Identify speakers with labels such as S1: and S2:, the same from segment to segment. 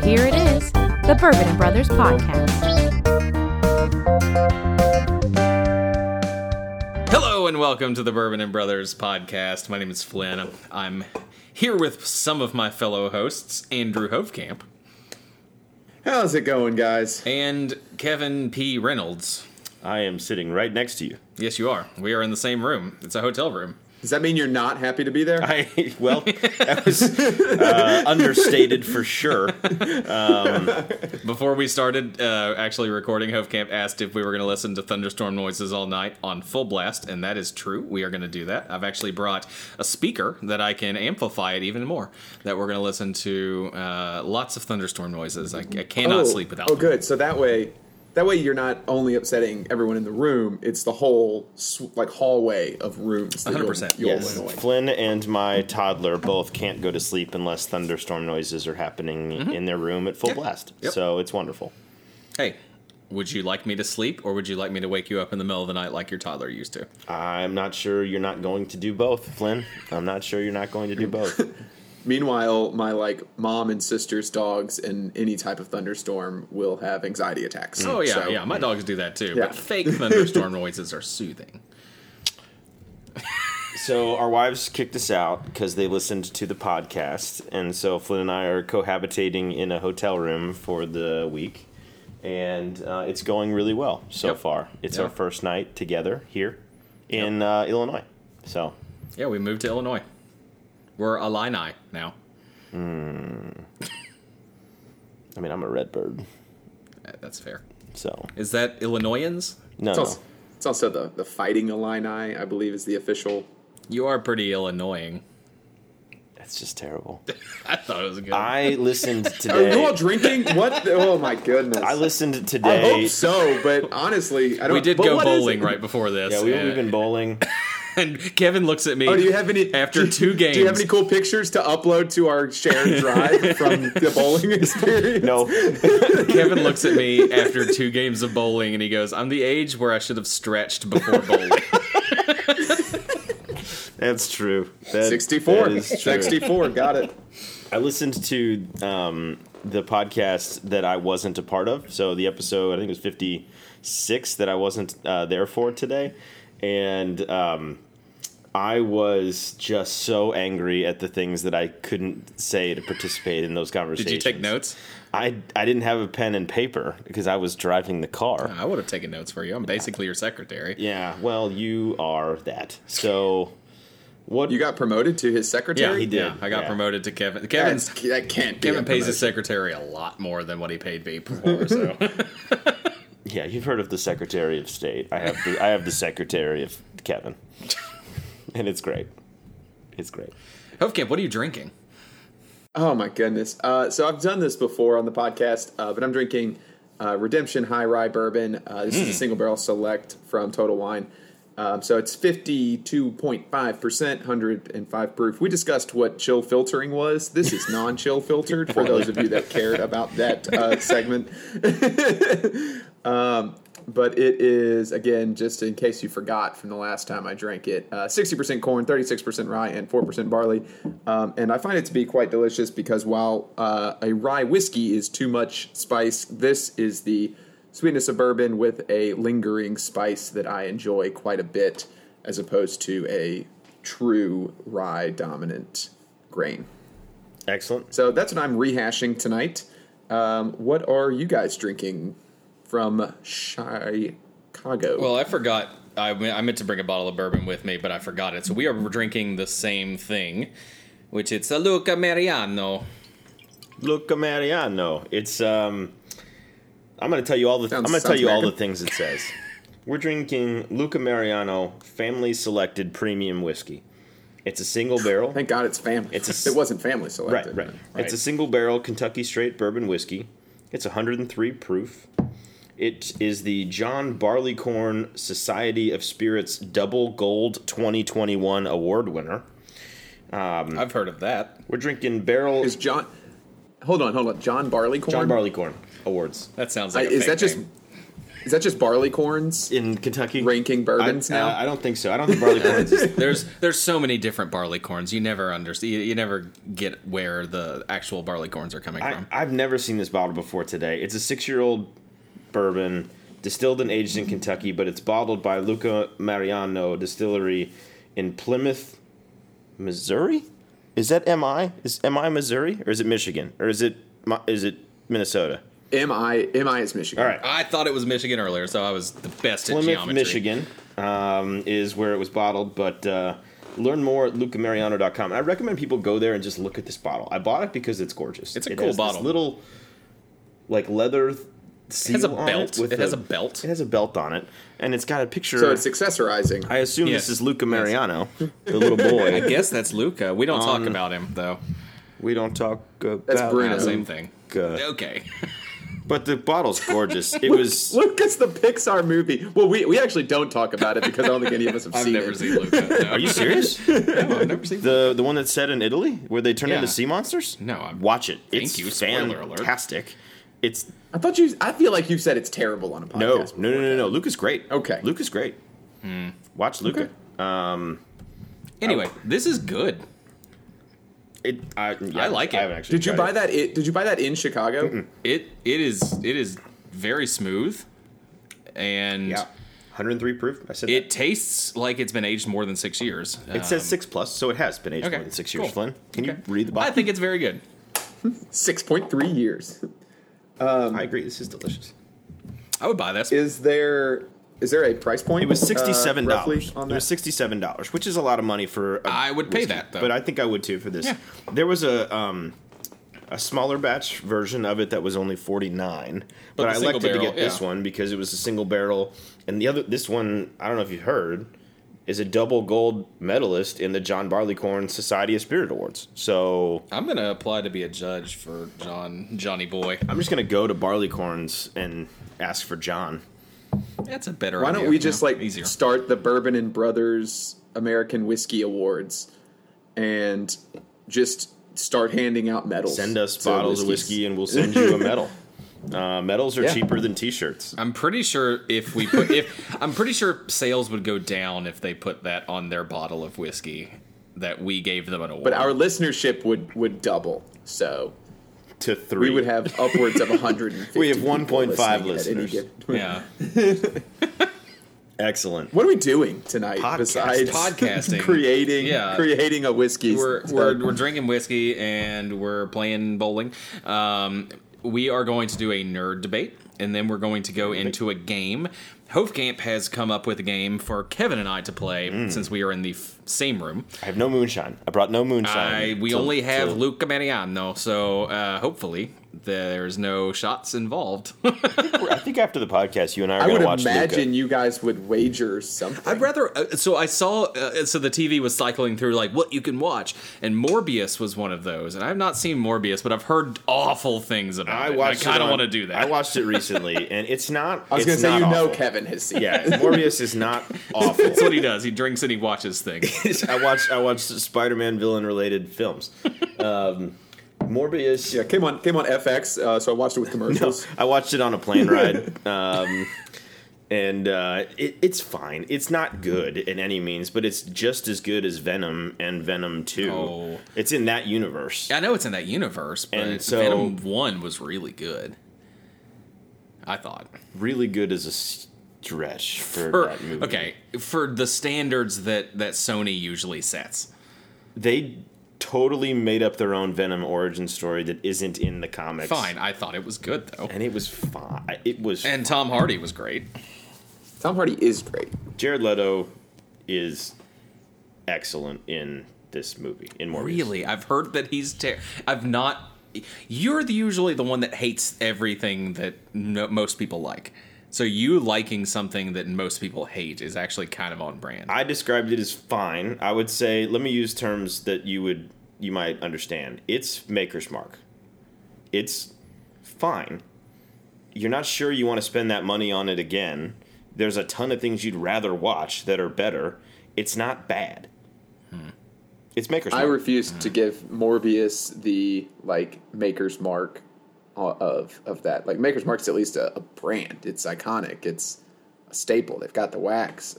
S1: here it is the Bourbon and Brothers Podcast.
S2: Hello and welcome to the Bourbon and Brothers podcast. My name is Flynn. I'm here with some of my fellow hosts, Andrew Hovcamp
S3: How's it going, guys?
S2: and Kevin P. Reynolds.
S4: I am sitting right next to you.
S2: Yes, you are. We are in the same room. It's a hotel room.
S3: Does that mean you're not happy to be there?
S4: I well, that was uh, understated for sure.
S2: Before we started uh, actually recording, Hovcamp asked if we were going to listen to thunderstorm noises all night on full blast, and that is true. We are going to do that. I've actually brought a speaker that I can amplify it even more. That we're going to listen to uh, lots of thunderstorm noises. I, I cannot sleep without.
S3: Oh,
S2: them.
S3: good. So that way, that way you're not only upsetting everyone in the room. It's the whole sw- like hallway of rooms. One
S2: 100%,
S3: You'll, you'll
S4: Yes,
S3: annoy.
S4: Flynn and my toddler both can't go to sleep unless thunderstorm noises are happening in their room at full blast.
S2: Yep.
S4: So it's wonderful.
S2: Hey, would you like me to sleep or would you like me to wake you up in the middle of the night like your toddler used to?
S4: I'm not sure you're not going to do both, Flynn. I'm not sure you're not going to do both.
S3: Meanwhile, my like mom and sister's dogs and any type of thunderstorm will have anxiety attacks.
S2: Oh, yeah,
S3: So-
S2: yeah. My dogs do that too.
S3: Yeah.
S2: But fake thunderstorm noises are soothing.
S4: So our wives kicked us out because they listened to the podcast, and so Flynn and I are cohabitating in a hotel room for the week, and uh, it's going really well so
S2: Yep.
S4: far. It's
S2: Yeah.
S4: our first night together here in uh, Illinois. So
S2: Yeah, we moved to Illinois. We're Illini now.
S4: I mean, I'm a Redbird,
S2: Uh, That's fair.
S4: so
S2: Is that Illinoisans?
S4: no,
S3: It's
S4: no.
S3: also, it's also the the fighting Illini, I believe, is the official.
S2: You are pretty Illinoising.
S4: that's just terrible.
S2: I thought it was a good.
S4: I listened
S3: Are you all
S4: today.
S3: drinking? What? the- oh my goodness!
S4: I listened
S3: I
S4: today.
S3: hope so, but honestly, I don't.
S2: we did
S3: but
S2: go
S3: what is it?
S2: bowling right before this.
S4: Yeah, we,
S2: and,
S4: we've been bowling.
S2: and Kevin looks at me.
S3: Oh, do you have any
S2: After
S3: do-
S2: two games.
S3: Do you have any cool pictures to upload to our shared drive from the bowling experience?
S4: No,
S2: Kevin looks at me after two games of bowling and he goes, I'm the age where I should have stretched before bowling.
S4: that's true. That-
S3: Sixty-four.
S4: that is true.
S3: Sixty-four. Got it.
S4: I listened to um, the podcast that I wasn't a part of. So the episode, I think it was 56 that I wasn't uh, there for today. And um, I was just so angry at the things that I couldn't say to participate in those
S2: Did
S4: conversations.
S2: you take notes?
S4: I, I didn't have a pen and paper because I was driving the car.
S2: I would have taken notes for you. I'm basically your secretary.
S4: Yeah, well, you are that. So what
S3: You got promoted to his secretary.
S2: Yeah,
S4: he did.
S2: I got
S4: yeah.
S2: promoted to Kevin. Kevin's
S3: That's, that can't. Be
S2: Kevin
S3: a
S2: pays his
S3: promotion.
S2: secretary a lot more than what he paid me before. So
S4: Yeah, you've heard of the Secretary of State. I have the I have the Secretary of Kevin. And it's great. It's great.
S2: Hovcamp, what are you drinking?
S3: Oh my goodness. Uh, so I've done this before on the podcast, uh, but I'm drinking uh, Redemption High Rye Bourbon. Uh, this is a single barrel select from Total Wine. Um, so it's 52.5 percent, 105 proof. We discussed what chill filtering was. This is non-chill filtered for those of you that cared about that uh, segment. but it is again just in case you forgot from the last time I drank it. uh, Sixty percent corn, thirty six percent rye, and four percent barley. Um, and I find it to be quite delicious because while uh, a rye whiskey is too much spice, this is the sweetness of bourbon with a lingering spice that I enjoy quite a bit, as opposed to a true rye dominant grain.
S4: Excellent.
S3: So that's what I'm rehashing tonight. Um, what are you guys drinking from Chicago?
S2: Well, I forgot. I, me- I meant to bring a bottle of bourbon with me, but I forgot it. So we are drinking the same thing, which it's a Luca Mariano.
S4: Luca Mariano. It's um I'm going to tell you all the
S3: Sounds-
S4: I'm going to tell
S3: sounds
S4: you all the
S3: American.
S4: things it says. We're drinking Luca Mariano family selected premium whiskey. It's a single barrel.
S3: Thank God it's family.
S4: It's a s-
S3: it wasn't family selected.
S4: Right, right.
S2: Right.
S4: It's a single barrel Kentucky straight bourbon whiskey. It's 103 proof. It is the John Barleycorn Society of Spirits Double Gold 2021 award winner. Hmm.
S2: I've heard of that.
S4: We're drinking barrel
S3: Is John? Hold on, hold on. John Barleycorn.
S4: John Barleycorn awards.
S2: That sounds
S3: I,
S2: like a
S3: is
S2: fake
S3: that just?
S2: name.
S3: Is that just barley corns
S4: in Kentucky.
S3: ranking bourbons
S4: I,
S3: now?
S4: uh, I don't think so. I don't think barley corns. is-
S2: There's there's so many different barley corns. You never understand. You, you never get where the actual barley corns are coming
S4: I,
S2: from.
S4: I've never seen this bottle before today. It's a six-year-old bourbon distilled and aged in Kentucky, but it's bottled by Luca Mariano Distillery in Plymouth, Missouri. Is that MI? Is MI Missouri or is it Michigan or is it Mi- is it Minnesota?
S3: MI MI is Michigan.
S4: All right.
S2: I thought it was Michigan earlier, so I was the best at
S4: Plymouth,
S2: geometry.
S4: Michigan um, is where it was bottled, but uh, learn more at lucamariano.com. And I recommend people go there and just look at this bottle. I bought it because it's gorgeous.
S2: It's a
S4: It
S2: cool
S4: has this
S2: bottle.
S4: little, like, leather th-
S2: It has a
S4: seal on
S2: belt.
S4: with
S2: It has a belt.
S4: It has a belt on it, and it's got a picture.
S3: So it's accessorizing.
S4: I assume
S2: Yes.
S4: this is Luca
S2: Yes.
S4: Mariano, the little boy.
S2: I guess that's Luca. We don't talk
S4: Um,
S2: about him though.
S4: we don't talk about
S3: Bruno.
S2: Yeah,
S4: him.
S2: same thing.
S4: Good.
S2: Okay.
S4: But the bottle's gorgeous. It was
S3: Lucas the Pixar movie. Well, we, we actually don't talk about it because I don't think any of us have
S2: I've
S3: seen
S2: never
S3: it.
S2: seen Luca. No.
S4: Are you serious?
S2: I've never seen.
S4: The the one that's set in Italy where they turn
S2: Yeah.
S4: into sea monsters?
S2: No, I'm-
S4: watch it.
S2: Thank
S4: it's
S2: you. Spoiler alert.
S4: fantastic. It's
S3: I thought you. I feel like you said it's terrible on a
S4: no,
S3: podcast.
S4: no, no, no, no. Luke is great.
S3: Okay.
S4: Luke is great.
S2: Hmm.
S4: Watch Luca.
S3: Okay.
S2: anyway, this is good.
S4: It, I, yeah,
S2: I like it.
S4: haven't actually
S3: Did you
S4: tried
S3: buy
S4: it.
S3: that? It, did you buy that in Chicago?
S2: It it is it is very smooth, and
S4: Yeah, 103 proof. I said
S2: it
S4: it.
S2: tastes like it's been aged more than six years.
S4: That. It says six plus, so it has been aged
S2: okay,
S4: more than six years.
S2: cool.
S4: Flynn, can
S2: Okay.
S4: you read the
S2: Uh, I
S4: bottle?
S2: think it's very good.
S3: Six point three years.
S4: I agree. This is delicious.
S2: I would buy this.
S3: Is there? Is there a price point?
S4: It was
S3: uh,
S4: sixty-seven
S3: roughly
S4: dollars.
S3: on
S4: it
S3: that?
S4: was sixty-seven dollars, which is a lot of money for. a
S2: I would pay that, though.
S4: but I think I would too for this.
S2: Yeah.
S4: There was a um, a smaller batch version of it that was only forty-nine, but,
S2: the
S4: I
S2: single
S4: elected to
S2: barrel,
S4: get this
S2: yeah.
S4: one because it was a single barrel, and the other this one I don't know if you heard is a double gold medalist in the John Barleycorn Society of Spirit Awards. So
S2: I'm gonna apply to be a judge for John Johnny Boy.
S4: I'm just gonna go to Barleycorns and ask for John.
S2: That's a better.
S3: Why don't
S2: idea,
S3: we
S2: you
S3: just
S2: know?
S3: like
S2: easier?
S3: start the Bourbon and Brothers American Whiskey Awards, and just start handing out medals?
S4: Send us
S3: to
S4: bottles of
S3: whiskeys.
S4: whiskey and we'll send you a medal. Uh, medals are
S3: Yeah.
S4: cheaper than T-shirts.
S2: I'm pretty sure if we put if I'm pretty sure sales would go down if they put that on their bottle of whiskey that we gave them an award.
S3: But our listenership would would double. So
S4: to three.
S3: we would have upwards of 150.
S4: We have
S3: people
S4: 1.5
S3: listening at any
S4: listeners.
S3: given-
S2: yeah,
S4: excellent.
S3: What are we doing tonight
S4: Podcast.
S3: besides
S2: Podcasting.
S3: creating,
S2: Yeah.
S3: creating a whiskey?
S2: we're we're, we're drinking whiskey and we're playing bowling. Um, we are going to do a nerd debate, and then we're going to go into a game. Hofkamp has come up with a game for Kevin and I to play
S3: Mm.
S2: since we are in the f- same room.
S4: I have no moonshine. I brought no moonshine.
S2: I, we
S4: to-
S2: only have
S4: to-
S2: Luca Mariano, so uh, hopefully there's no shots involved.
S4: I think after the podcast, you and I are
S3: I
S4: going
S3: would
S4: to watch
S3: imagine
S4: Luca.
S3: you guys would wager something.
S2: I'd rather. Uh, so I saw. Uh, so the TV was cycling through like what you can watch, and Morbius was one of those. And I've not seen Morbius, but I've heard awful things about
S4: I
S2: it.
S4: watched.
S2: and I
S4: it
S2: kind of
S4: on-
S2: want to do that.
S4: I watched it recently, and it's not.
S3: I was going to say you know
S4: Kevin.
S3: Kevin has seen.
S4: Yeah, Morbius is not awful.
S2: That's what he does. He drinks and he watches things.
S4: I watched. I watched Spider-Man villain-related films. Um, Morbius.
S3: Yeah, came on came on FX, uh, so I watched it with
S4: No,
S3: commercials.
S4: I watched it on a plane ride, um, and uh, it, it's fine. It's not good in any means, but it's just as good as Venom and Venom Two.
S2: Oh.
S4: It's in that universe.
S2: I know it's in that universe, but
S4: And so-
S2: Venom One was really good. I thought.
S4: Really good as a stretch for,
S2: For-
S4: that movie.
S2: okay, for the standards that that Sony usually sets.
S4: they totally made up their own Venom origin story that isn't in the comics.
S2: Fine, I thought it was good though.
S4: and it was fine. It was
S2: And Tom Hardy was great.
S3: Tom Hardy is great.
S4: Jared Leto is excellent in this movie in Morbius.
S2: Really, I've heard that he's. Ter- I've not. You're the, usually the one that hates everything that no, most people like. So you liking something that most people hate is actually kind of on brand.
S4: I described it as fine. I would say let me use terms that you would you might understand. It's maker's mark. It's fine. You're not sure you want to spend that money on it again. There's a ton of things you'd rather watch that are better. It's not bad. It's maker's
S3: I
S4: mark.
S3: refuse to give Morbius the like maker's mark o- of of that. Like Maker's Mark's at least a, a brand. It's iconic. It's a staple. They've got the wax.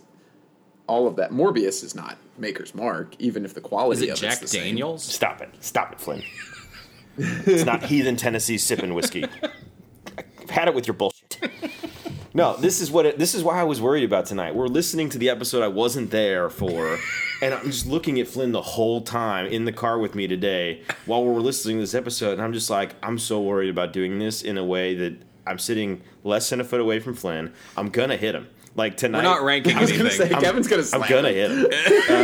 S3: All of that. Morbius is not Maker's Mark, even if the
S2: Is
S3: quality
S2: it
S3: of
S2: Jack
S3: it's the same.
S2: Daniels?
S4: Stop it. Stop it, Flynn. it's not Heathen Tennessee sipping whiskey. I've had it with your bullshit. No, this is what it, this is why I was worried about tonight. We're listening to the episode I wasn't there for, and I'm just looking at Flynn the whole time in the car with me today while we're listening to this episode, and I'm just like, I'm so worried about doing this in a way that I'm sitting less than a foot away from Flynn. I'm gonna hit him. Like tonight,
S2: We're not ranking
S3: I was
S2: anything.
S3: gonna say Kevin's gonna.
S4: I'm
S3: Slap
S4: gonna
S3: him.
S4: hit him.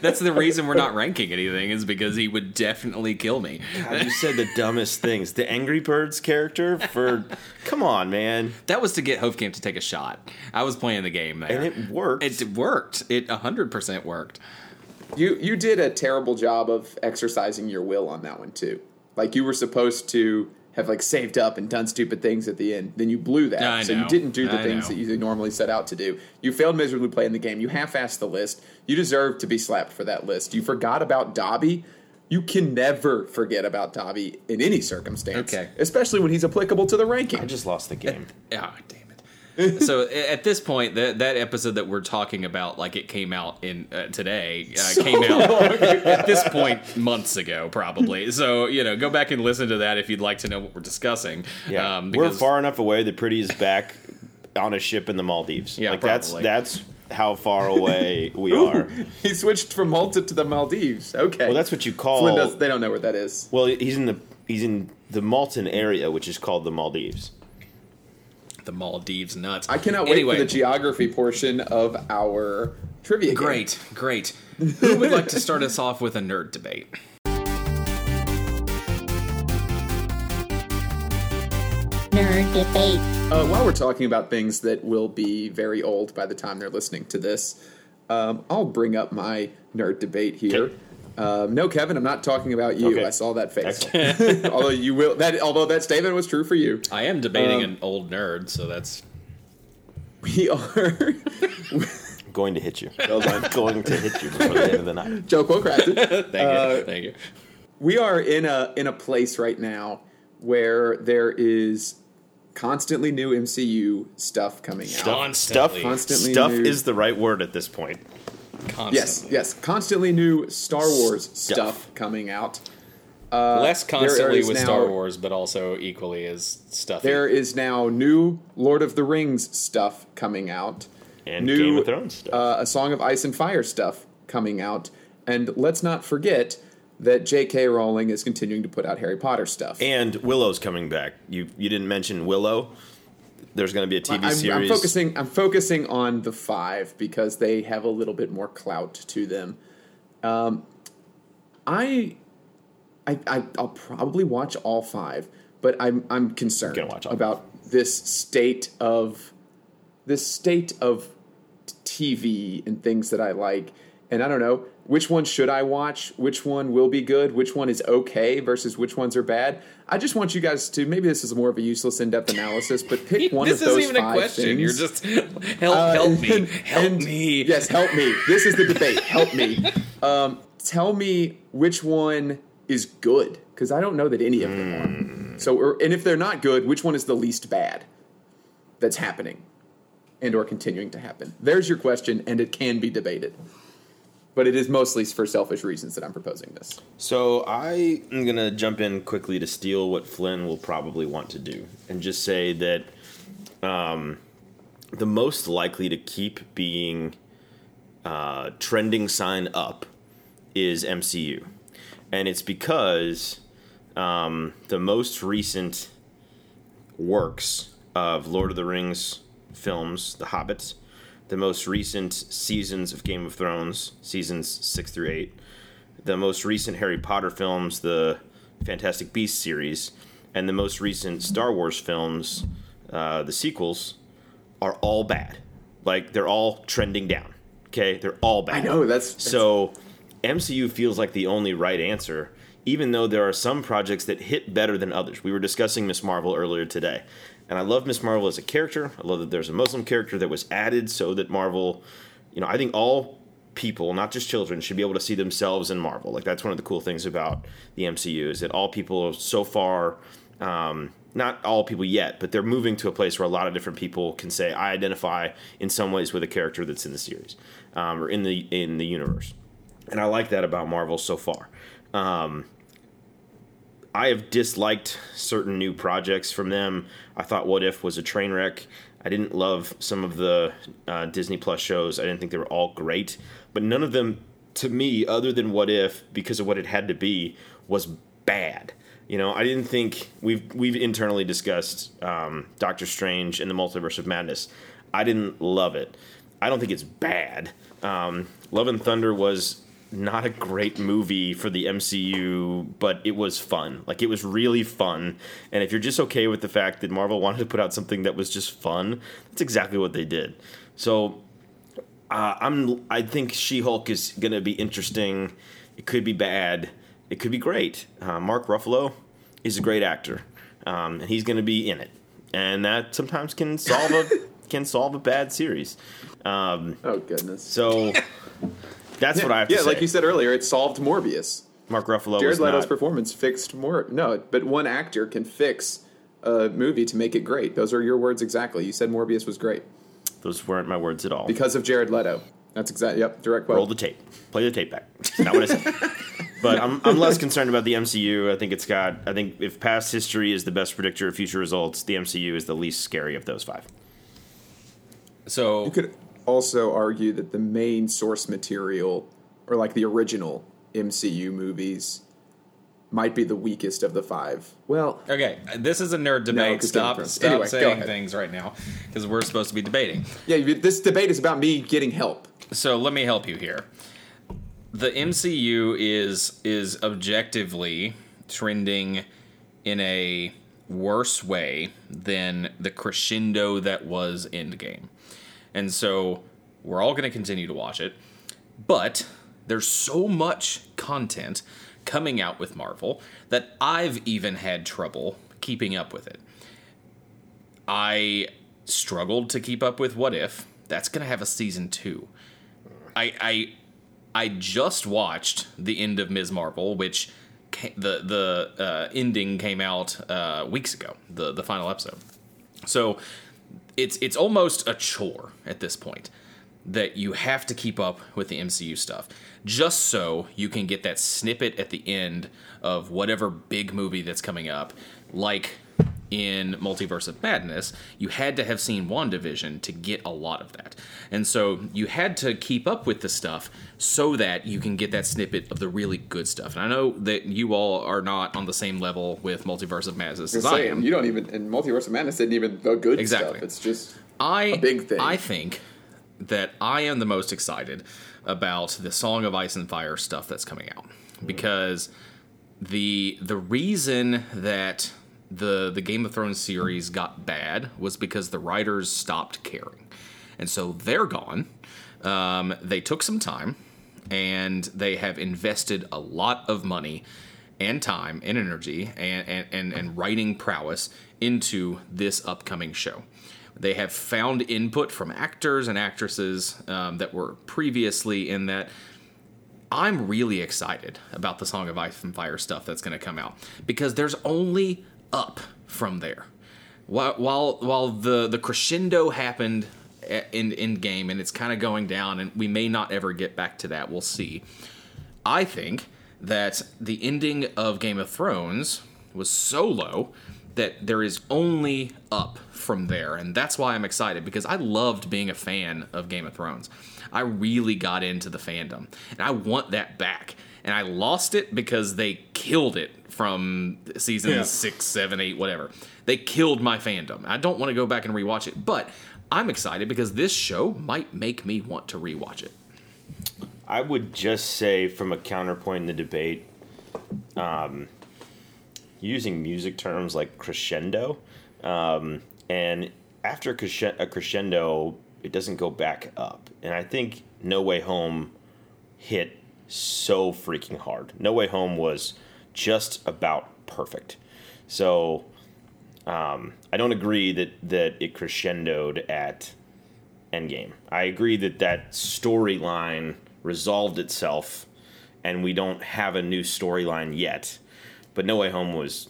S2: That's the reason we're not ranking anything is because he would definitely kill me.
S4: God, you said the dumbest things. The Angry Birds character for come on, man.
S2: That was to get Hofkamp to take a shot. I was playing the game there.
S4: And it worked.
S2: It worked. It 100% worked.
S3: You you did a terrible job of exercising your will on that one too. Like you were supposed to have like saved up and done stupid things at the end. Then you blew that.
S2: I
S3: so
S2: know.
S3: you didn't do the
S2: I
S3: things
S2: know.
S3: that you normally set out to do. You failed miserably playing the game. You half-assed the list. You deserve to be slapped for that list. You forgot about Dobby. You can never forget about Dobby in any circumstance.
S2: Okay.
S3: Especially when he's applicable to the ranking.
S4: I just lost the game.
S2: Ah, damn it. so a- at this point, that that episode that we're talking about, like it came out in uh, today, uh, came out at this point months ago, probably. So you know, go back and listen to that if you'd like to know what we're discussing.
S4: Yeah,
S2: Um,
S4: we're
S2: because-
S4: far enough away that Pretty is back on a ship in the Maldives.
S2: Yeah,
S4: like
S2: probably.
S4: that's that's how far away we are.
S3: he switched from Malta to the Maldives. Okay.
S4: Well, that's what you
S3: Flynn
S4: call.
S3: does- they don't know where that is.
S4: well, he's in the he's in the Malton area, which is called the Maldives.
S2: the Maldives nuts.
S3: I cannot wait
S2: Anyway.
S3: for the geography portion of our trivia. game.
S2: Great, great. Who would like to start us off with a nerd debate?
S1: Nerd debate.
S3: Uh, while we're talking about things that will be very old by the time they're listening to this, um, I'll bring up my nerd debate here.
S4: Okay.
S3: Um, no, Kevin, I'm not talking about you.
S4: Okay.
S3: I saw that face. although you will that although that statement was true for you.
S2: I am
S3: Um,
S2: debating an old nerd, so that's
S3: We are
S4: Going to hit you. I'm going to hit you before the end of the night.
S3: joke well crafted.
S2: thank
S3: uh,
S2: you, thank you.
S3: we are in a in a place right now where there is constantly new MCU stuff coming out.
S2: Constantly,
S3: Const- Constantly
S4: Stuff
S3: new-
S4: is the right word at this point.
S2: constantly.
S3: Yes, yes, constantly new Star Wars
S4: Stuff.
S3: stuff coming out.
S2: Less constantly
S3: uh, is
S2: with
S3: now-
S2: Star Wars, but also equally as stuff.
S3: There is now new Lord of the Rings stuff coming out,
S4: And
S3: new
S4: Game of Thrones stuff.
S3: uh, a Song of Ice and Fire stuff coming out, and let's not forget that J.K. Rowling is continuing to put out Harry Potter stuff.
S4: And Willow's coming back. You you didn't mention Willow. There's going to be a TV
S3: I'm, I'm
S4: series.
S3: focusing. I'm focusing on the five because they have a little bit more clout to them. Um, I, I, I I'll probably watch all five, but I'm I'm concerned
S4: You're gonna watch all
S3: about this state of this state of t- TV and things that I like. And I don't know which one should I watch, which one will be good, which one is okay versus which ones are bad. I just want you guys to maybe this is more of a useless in-depth analysis, but pick one
S2: this
S3: of those
S2: isn't even a
S3: five
S2: question.
S3: things.
S2: You're just help,
S3: Uh,
S2: help me,
S3: and-
S2: help
S3: and-
S2: me.
S3: Yes, help me. This is the debate. help me. Um, tell me which one is good because I don't know that any of them are. So, or, and if they're not good, which one is the least bad that's happening and or continuing to happen? There's your question, and it can be debated. But it is mostly for selfish reasons that I'm proposing this.
S4: So I am gonna jump in quickly to steal what Flynn will probably want to do, and just say that um, the most likely to keep being uh, trending sign up is MCU, and it's because um, the most recent works of Lord of the Rings films, The Hobbits, the most recent seasons of Game of Thrones, seasons six through eight the most recent Harry Potter films, the Fantastic Beasts series, and the most recent Star Wars films, uh, the sequels, are all bad. Like they're all trending down. Okay, they're all bad.
S3: I know, that's- that's-
S4: so. MCU feels like the only right answer, even though there are some projects that hit better than others. We were discussing Miss Marvel earlier today, and I love Miss Marvel as a character. I love that there's a Muslim character that was added so that Marvel, you know, I think all people, not just children, should be able to see themselves in Marvel. Like that's one of the cool things about the MCU is that all people so far um, not all people yet, but they're moving to a place where a lot of different people can say, "I identify in some ways with a character that's in the series um, or in the in the universe," and I like that about Marvel so far. Um, I have disliked certain new projects from them. I thought What If was a train wreck. I didn't love some of the uh, Disney Plus shows. I didn't think they were all great, but none of them, to me, other than What If, because of what it had to be, was bad. You know, I didn't think we've we've internally discussed um, Doctor Strange and the Multiverse of Madness. I didn't love it. I don't think it's bad. Um, Love and Thunder was not a great movie for the MCU, but it was fun. Like it was really fun. And if you're just okay with the fact that Marvel wanted to put out something that was just fun, that's exactly what they did. So uh, I'm I think She-Hulk is going to be interesting. It could be bad. It could be great. Uh, Mark Ruffalo is a great actor, um, and he's going to be in it. And that sometimes can solve a can solve a bad series. Um,
S3: Oh goodness.
S4: so that's what I have to
S3: yeah,
S4: say.
S3: like you said earlier, it solved Morbius.
S4: Mark Ruffalo
S3: Jared
S4: was
S3: Leto's
S4: not-
S3: performance fixed more. No, but one actor can fix a movie to make it great. Those are your words exactly. You said Morbius was great
S4: Those weren't my words at all.
S3: because of Jared Leto. That's exactly. Yep. Direct quote.
S4: Roll the tape. Play the tape back. Not what I said. but I'm, I'm less concerned about the MCU. I think it's got. I think if past history is the best predictor of future results, the MCU is the least scary of those five.
S2: So
S3: You could also argue that the main source material, or like the original MCU movies, might be the weakest of the five. Well,
S2: Okay, this is a nerd debate.
S3: 'cause Game of
S2: stop
S3: Thrones.
S2: stop
S3: Anyway, go
S2: saying
S3: ahead.
S2: things right now because we're supposed to be debating.
S3: yeah. you- This debate is about me getting help.
S2: So let me help you here. The MCU is is objectively trending in a worse way than the crescendo that was Endgame. And so we're all going to continue to watch it. But there's so much content coming out with Marvel that I've even had trouble keeping up with it. I struggled to keep up with What If. That's going to have a season two. I, I I just watched the end of Ms. Marvel, which ca- the the uh, ending came out uh, weeks ago, the the final episode. So it's it's almost a chore at this point that you have to keep up with the MCU stuff just so you can get that snippet at the end of whatever big movie that's coming up like in Multiverse of Madness you had to have seen WandaVision to get a lot of that and so you had to keep up with the stuff so that you can get that snippet of the really good stuff and I know that you all are not on the same level with Multiverse of Madness as I
S3: Same.
S2: am
S3: You don't even. And Multiverse of Madness isn't even the good
S2: Exactly.
S3: stuff. It's just.
S2: I
S3: big thing.
S2: I think that I am the most excited about the Song of Ice and Fire stuff that's coming out
S3: Mm-hmm.
S2: because the the reason that the the Game of Thrones series got bad was because the writers stopped caring, and so they're gone. Um, they took some time, and they have invested a lot of money and time and energy and and, and, and writing prowess into this upcoming show. They have found input from actors and actresses um, that were previously in that I'm really excited about the Song of Ice and Fire stuff that's going to come out because there's only up from there. While while, while the, the crescendo happened a- in in game and it's kind of going down and we may not ever get back to that. We'll see. I think that the ending of Game of Thrones was so low that there is only up from there. And that's why I'm excited because I loved being a fan of Game of Thrones. I really got into the fandom and I want that back. And I lost it because they killed it from season six, seven, eight, whatever. They killed my fandom. I don't want to go back and rewatch it, but I'm excited because this show might make me want to rewatch it.
S4: I would just say, from a counterpoint in the debate, um, using music terms like crescendo, um, and after cresce- a crescendo, it doesn't go back up. And I think No Way Home hit so freaking hard. No Way Home was just about perfect. So um, I don't agree that that it crescendoed at Endgame. I agree that that storyline resolved itself, and we don't have a new storyline yet. But No Way Home was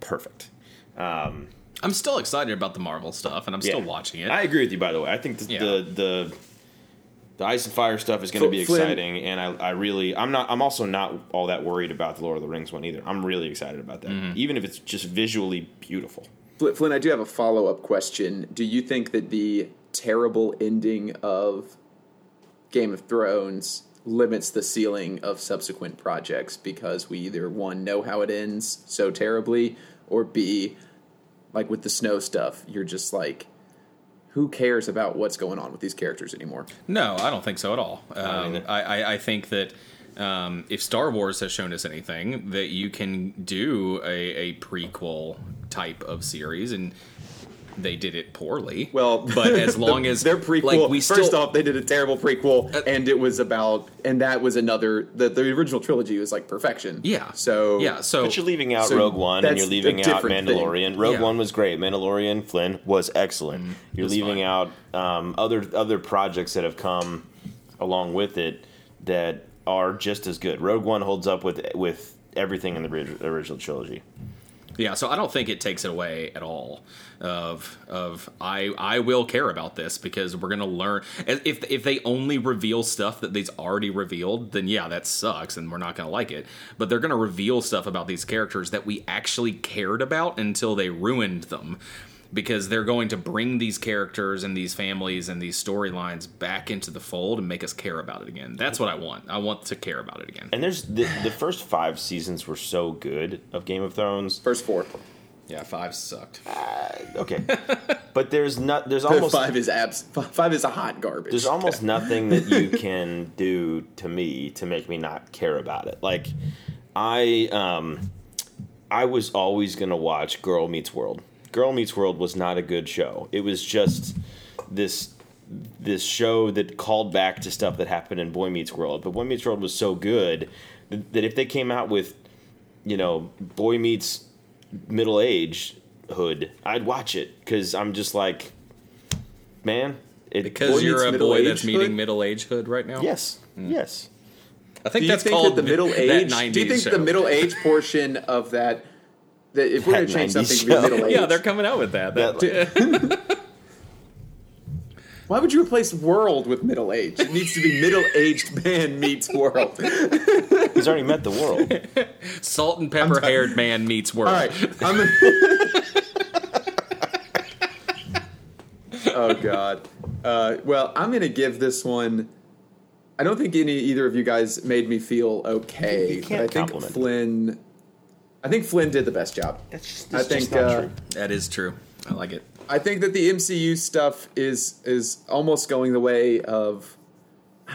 S4: perfect. Um,
S2: I'm still excited about the Marvel stuff, and I'm still
S4: yeah.
S2: watching it.
S4: I agree with you, by the way. I think the
S2: Yeah.
S4: the, the the Ice and Fire stuff is going to
S3: Fl-
S4: be
S3: Flynn-
S4: exciting, and I, I really I'm not I'm also not all that worried about the Lord of the Rings one either. I'm really excited about that,
S2: Mm-hmm.
S4: even if it's just visually beautiful.
S3: Fl- Flynn, I do have a follow up question. Do you think that the terrible ending of Game of Thrones limits the ceiling of subsequent projects because we either one know how it ends so terribly, or b like with the snow stuff, you're just like, who cares about what's going on with these characters anymore?
S2: No, I don't think so at all. Um,
S4: either.
S2: I, I, I think that um, if Star Wars has shown us anything, that you can do a, a prequel type of series, and they did it poorly. but as long as
S3: their prequel,
S2: like we
S3: first
S2: still, Uh,
S3: off, they did a terrible prequel, and it was about, and that was another. The, the original trilogy was like perfection.
S2: yeah.
S3: So
S2: yeah, so
S4: But you're leaving out
S3: so
S4: Rogue One and
S3: that's
S4: you're
S3: a
S4: leaving out
S3: different thing.
S4: Mandalorian. Rogue
S2: Yeah.
S4: One was great. Mandalorian Flynn was excellent.
S3: Mm-hmm.
S4: you're
S2: was fine.
S4: leaving out um, other other projects that have come along with it that are just as good. Rogue One holds up with with everything in the ri- original trilogy.
S2: Yeah, so I don't think it takes it away at all of of I I will care about this because we're gonna learn and if if they only reveal stuff that they've already revealed, then yeah, that sucks and we're not gonna like it. But they're gonna reveal stuff about these characters that we actually cared about until they ruined them. Because they're going to bring these characters and these families and these storylines back into the fold and make us care about it again. That's what I want. I want to care about it again.
S4: And there's the, the first five seasons were so good of Game of Thrones.
S3: First four.
S2: Yeah, five sucked.
S4: Okay, but there's not there's
S3: Almost
S4: almost
S3: five is abs. f- Five is a hot garbage.
S4: there's almost nothing that you can do to me to make me not care about it. Like I um I was always going to watch Girl Meets World. Girl Meets World was not a good show. It was just this this show that called back to stuff that happened in Boy Meets World. But Boy Meets World was so good that, that if they came out with you know, boy meets middle age hood, I'd watch it because I'm just like, man, it,
S2: Because
S3: Boy
S2: you're
S3: meets
S2: a
S3: middle
S2: boy
S3: age
S2: that's
S3: hood?
S2: meeting middle age hood right now.
S4: yes, yes,
S2: I think
S3: do you
S2: that's
S3: think
S2: called
S3: that the
S2: mi-
S3: middle
S2: that
S3: age?
S2: 90s
S3: Do you think
S2: show.
S3: the middle age portion of that? That if we're going
S4: That
S3: to change
S4: 90s
S3: something to be
S4: show.
S3: middle age,
S2: Yeah, they're coming out with that.
S4: That-
S3: why would you replace world with middle age? It needs to be middle aged man meets world.
S4: he's already met the world.
S2: salt and pepper haired man meets world.
S3: All right, I'm. Gonna... oh God. Uh, well, I'm going to give this one. I don't think any either of you guys made me feel okay.
S4: You
S3: but
S4: can't
S3: I think
S4: compliment.
S3: Flynn. I think Flynn did the best job.
S4: That's just,
S3: I think uh,
S2: That is true. I like it.
S3: I think that the MCU stuff is is almost going the way of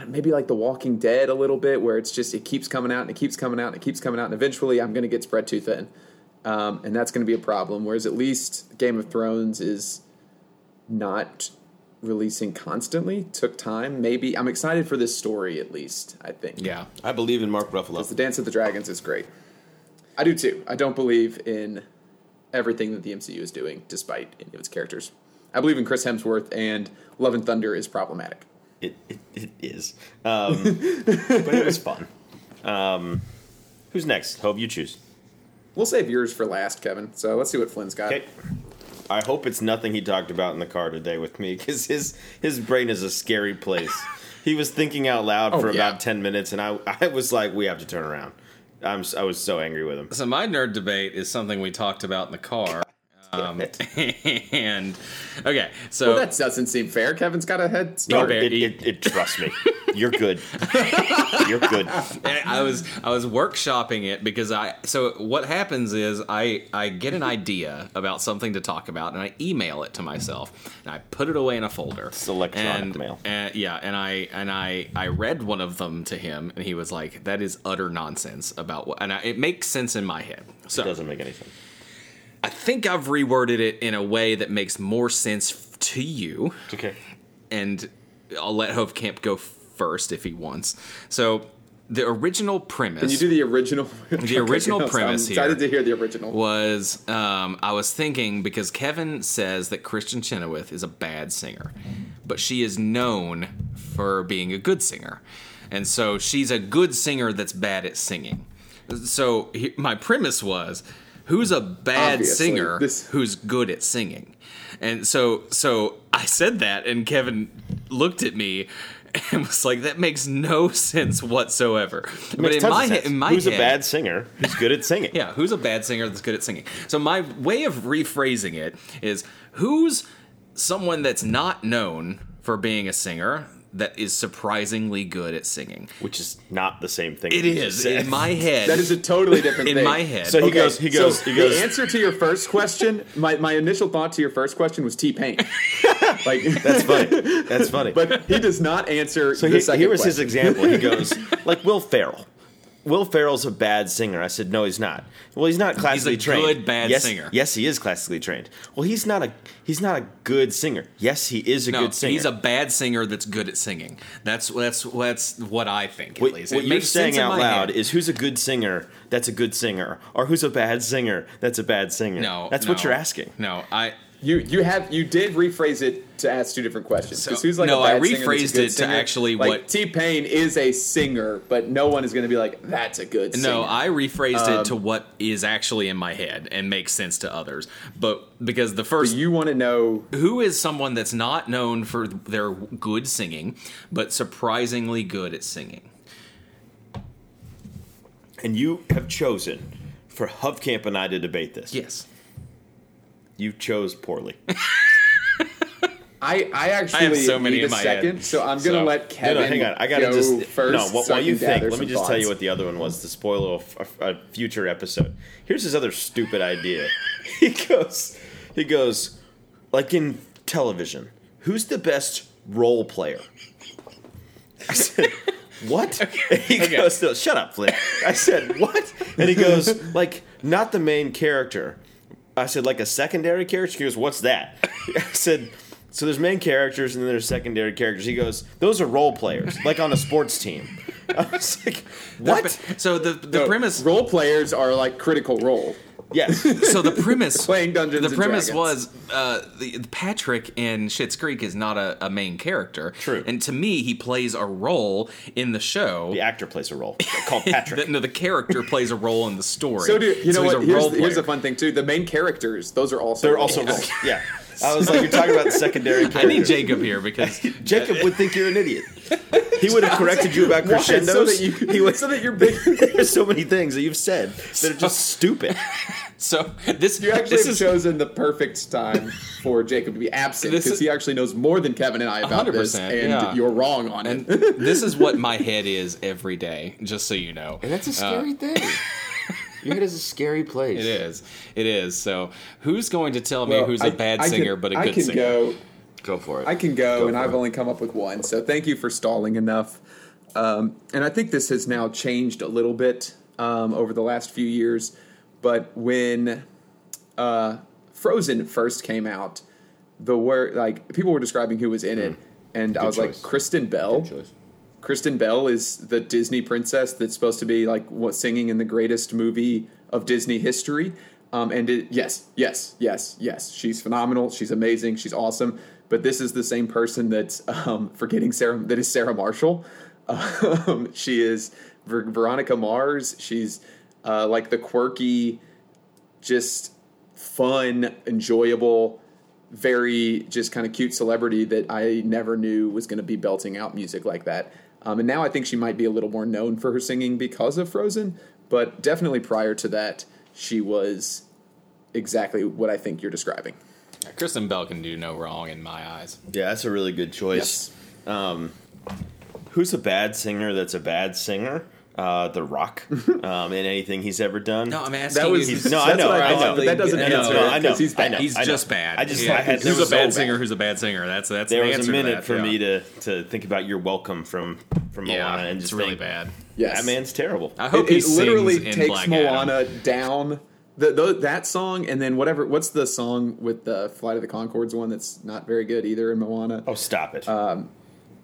S3: maybe like The Walking Dead a little bit, where it's just it keeps coming out and it keeps coming out and it keeps coming out, and eventually I'm going to get spread too thin, um, and that's going to be a problem. Whereas at least Game of Thrones is not releasing constantly, took time. Maybe I'm excited for this story at least. I think
S2: Yeah.
S4: I believe in Mark
S3: the
S4: Ruffalo.
S3: Dance of the Dragons is great. I do too. I don't believe in everything that the MCU is doing, despite any of its characters. I believe in Chris Hemsworth, and Love and Thunder is problematic.
S4: It, it, it is, um, but it was fun. Um, who's next? Hope you choose.
S3: We'll save yours for last, Kevin. So let's see what Flynn's got.
S4: Okay. I hope it's nothing he talked about in the car today with me because his his brain is a scary place. he was thinking out loud
S3: Oh,
S4: for
S3: yeah.
S4: about ten minutes, and I I was like, we have to turn around. I'm s- I was so angry with him.
S2: So my nerd debate is something we talked about in the car. Um, and okay, so
S3: Well, that doesn't seem fair. Kevin's got a head
S4: No,
S3: start.
S2: Okay.
S4: it, it, it trust me, you're good. you're good.
S2: I was I was workshopping it because I so what happens is I I get an idea about something to talk about and I email it to myself and I put it away in a folder. It's
S4: electronic
S2: and,
S4: mail.
S2: and- yeah, and I and I I read one of them to him and he was like, "That is utter nonsense about what." And I, it makes sense in my head. So
S4: It doesn't make any sense.
S2: I think I've reworded it in a way that makes more sense f- to you
S4: okay.
S2: and I'll let Hovkamp go first if he wants. So the original premise
S3: Can you do the original? Okay,
S2: original
S3: I'm
S2: premise
S3: excited
S2: here
S3: to hear the original.
S2: was um, I was thinking because Kevin says that Christian Chenoweth is a bad singer, but she is known for being a good singer. And so she's a good singer that's bad at singing. So he, my premise was who's a bad
S3: Obviously,
S2: singer
S3: this-
S2: who's good at singing? And so so I said that and Kevin looked at me and was like that makes no sense whatsoever. But
S4: Makes
S2: in
S4: tons of
S2: my he-
S4: sense.
S2: in my
S4: who's a
S2: head-
S4: bad singer who's good at singing?
S2: yeah, who's a bad singer that's good at singing? So my way of rephrasing it is who's someone that's not known for being a singer that is surprisingly good at singing.
S4: which is not the same thing.
S2: It
S4: that you just
S2: is
S4: said.
S2: in my head.
S3: That is a totally different
S2: in
S3: thing.
S2: my head.
S4: So he goes. He goes.
S3: so
S4: he goes.
S3: The answer to your first question, my, my initial thought to your first question was T Pain. like
S4: That's funny. That's funny.
S3: but he does not answer.
S4: so
S3: the
S4: he-
S3: second
S4: here was his
S3: question.
S4: example. He goes like Will Ferrell. Will Ferrell's a bad singer. I said no, he's not. Well, he's not classically
S2: good,
S4: trained.
S2: bad
S4: yes,
S2: singer.
S4: Yes, he is classically trained. Well, he's not a he's not a good singer. Yes, he is a
S2: no,
S4: good singer.
S2: he's a bad singer that's good at singing. That's that's that's what I think. At
S4: What,
S2: least
S4: what
S2: It
S4: you're
S2: makes sense
S4: saying
S2: in
S4: out
S2: my
S4: loud
S2: head.
S4: is who's a good singer that's a good singer, or who's a bad singer that's a bad singer.
S2: no.
S4: that's
S2: no,
S4: what you're asking.
S2: No, I.
S3: You you have you did rephrase it to ask two different questions.
S2: So-
S3: Because who's like
S2: no,
S3: a bad
S2: I
S3: singer that's
S2: rephrased
S3: a good
S2: it to
S3: singer?
S2: actually
S3: like,
S2: what-
S3: T Pain is a singer, but no one is going to be like that's a good. singer.
S2: No, I rephrased
S3: Um,
S2: it to what is actually in my head and makes sense to others. But because the first
S3: You want to know
S2: who is someone that's not known for their good singing, but surprisingly good at singing?
S4: And you have chosen for Hubcamp and I to debate this.
S2: Yes.
S4: You chose poorly.
S3: I, I actually
S2: I have so many
S3: need
S2: in
S3: a
S2: my
S3: second,
S2: head.
S3: so I'm
S2: So-
S3: gonna let
S4: No,
S3: Kevin
S4: no, hang on. I gotta
S3: go
S4: just
S3: first.
S4: no. What,
S3: so I
S4: while you
S3: can gather
S4: think, let me
S3: some
S4: just tell you
S3: thoughts.
S4: what the other one was to spoil a, a future episode. Here's his other stupid idea. he goes, he goes, like in television. Who's the best role player? I said, what? And he goes, no, shut up, Flynn. I said, what? And he goes, like not the main character. I said, like a secondary character? He goes, what's that? I said, so there's main characters and then there's secondary characters. He goes, those are role players, like on a sports team. I was like, what?
S2: So the the
S3: No,
S2: premise
S3: role players are like critical role.
S4: Yes.
S2: so the premise
S3: Playing Dungeons
S2: the
S3: and
S2: premise
S3: Dragons.
S2: was uh, the, Patrick in Schitt's Creek is not a, a main character.
S4: True.
S2: and to me, he plays a role in the show.
S4: The actor plays a role called
S2: The,
S4: Patrick.
S2: no, the character plays a role in the story.
S3: So do you know
S2: he's
S3: what?
S2: a
S3: Here's,
S2: role
S3: here's the
S2: player.
S3: fun thing too. The main characters, those are also
S4: They're also roles. Yeah. I was like, you're talking about secondary characters.
S2: I need Jacob here because
S4: Jacob would think you're an idiot. He would have corrected you about
S3: Why?
S4: crescendos.
S3: So that you
S4: he would,
S3: so that you're big.
S4: there's so many things that you've said that are just stupid.
S2: so this
S3: You actually
S2: this
S3: have
S2: is
S3: chosen the perfect time for Jacob to be absent
S2: This
S3: because
S2: is-
S3: he actually knows more than Kevin and I about this,
S2: 100%,
S3: and
S2: yeah.
S3: you're wrong on
S2: and
S3: it.
S2: this is what my head is every day. Just so you know, Uh,
S5: That's a scary thing. Your head is a scary place.
S2: It is. It is. So who's going to tell me
S3: Well,
S2: who's
S3: I-
S2: a bad
S3: I can-
S2: singer but a good
S3: I can
S2: singer?
S3: go.
S5: Go for it.
S3: I can go, and
S5: for
S3: I've
S5: it.
S3: only come up with one. So thank you for stalling enough. Um, and I think this has now changed a little bit um, over the last few years. But when uh, Frozen first came out, the word like people were describing who was in it, and I was
S5: Mm. choice.
S3: like Kristen Bell.
S5: choice.
S3: Kristen Bell is the Disney princess that's supposed to be like what singing in the greatest movie of Disney history. Um, and it, yes, yes, yes, yes, she's phenomenal. She's amazing. She's awesome. But this is the same person that's um, forgetting Sarah. That is Sarah Marshall. Um, she is Ver- Veronica Mars. She's uh, like the quirky, just fun, enjoyable, very just kind of cute celebrity that I never knew was going to be belting out music like that. Um, and now I think she might be a little more known for her singing because of Frozen, but definitely prior to that, she was exactly what I think you're describing.
S2: Kristen Bell can do no wrong in my eyes.
S4: Yeah, that's a really good choice. Um, who's a bad singer that's a bad singer? Uh, the Rock um, in anything he's ever done.
S2: No, I'm asking.
S3: That was
S2: you-
S4: no, I
S3: that's
S4: know,
S3: what
S4: I
S3: thought,
S4: know.
S3: but that doesn't
S2: No, no,
S3: answer
S2: no,
S3: it
S4: I know.
S3: 'cause he's
S4: I know.
S3: bad.
S2: He's just bad.
S4: I just-
S2: yeah.
S4: I had-
S2: who's
S4: they were
S2: a bad
S3: so
S2: singer?
S3: bad.
S2: Who's a bad singer? That's that's
S4: there
S2: the
S4: was a
S2: answer to
S4: minute
S2: that,
S4: for
S2: yeah.
S4: me to, to think about your welcome from from
S2: Yeah,
S4: Moana and
S2: it's
S4: just
S2: really
S4: think,
S2: bad.
S3: Yes.
S4: That man's terrible.
S2: I hope
S3: It,
S2: he
S3: it literally
S2: sings in
S3: takes
S2: Black
S3: Moana
S2: Adam.
S3: down. The, tho- that song and then whatever what's the song with the flight of the concords one that's not very good either in moana
S4: oh, stop it. Um,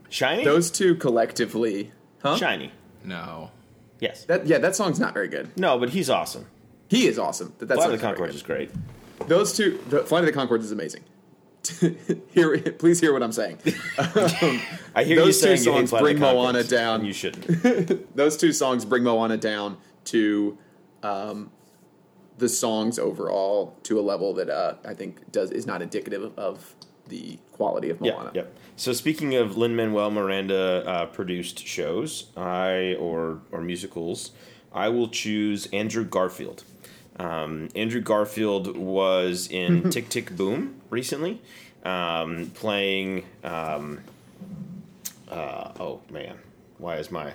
S4: Shiny.
S3: those two collectively huh
S4: Shiny.
S2: No,
S4: Yes.
S3: That yeah, that song's not very good.
S4: no, but he's awesome.
S3: He is awesome, but that's
S4: Flight of
S3: not
S4: the Conchords is great.
S3: Those two, the Flight of the Concords is amazing. Hear, please hear what I'm saying.
S4: I hear you
S3: Those two
S4: saying you
S3: songs
S4: hate Flight of the
S3: bring Moana
S4: Conchords,
S3: down.
S4: and You shouldn't.
S3: Those two songs bring Moana down to um, the songs overall to a level that uh, I think does is not indicative of the quality of
S4: Yeah,
S3: Moana.
S4: yeah. So speaking of Lin Manuel Miranda uh, produced shows, I or or musicals, I will choose Andrew Garfield. Um, Andrew Garfield was in Tick Tick Boom recently, um, playing. Um, uh, oh man, why is my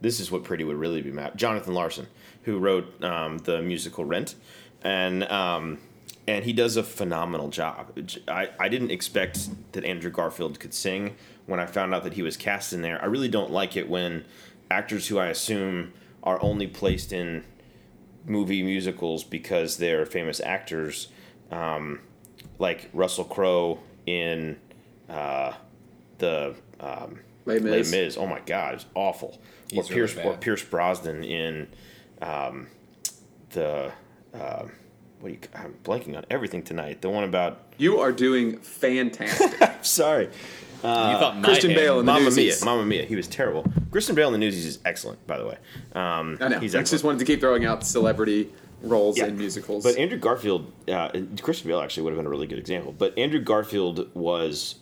S4: this is what pretty would really be mapped. Jonathan Larson, who wrote um, the musical Rent, and um, and he does a phenomenal job. I, I didn't expect that Andrew Garfield could sing. When I found out that he was cast in there, I really don't like it when actors who I assume are only placed in movie musicals because they're famous actors, um, like Russell Crowe in uh, the um,
S3: Les Mis.
S4: Les Mis. Oh my God, it's awful.
S2: He's
S4: or Pierce
S2: really
S4: or
S2: bad.
S4: Pierce Brosnan in um, the uh, what do you, I'm blanking on everything tonight. The one about
S3: You are doing fantastic. Uh,
S4: sorry,
S2: you thought my
S3: Christian
S2: hand-
S3: Bale in the
S4: Mamma Mia,
S3: Newsies.
S4: Mamma Mia. He was terrible. Kristen Bale in the Newsies is excellent, by the way. Um,
S3: I know.
S4: He's
S3: I just
S4: excellent.
S3: wanted to keep throwing out celebrity roles
S4: Yeah.
S3: in musicals.
S4: But Andrew Garfield, uh, and Christian Bale actually would have been a really good example. But Andrew Garfield was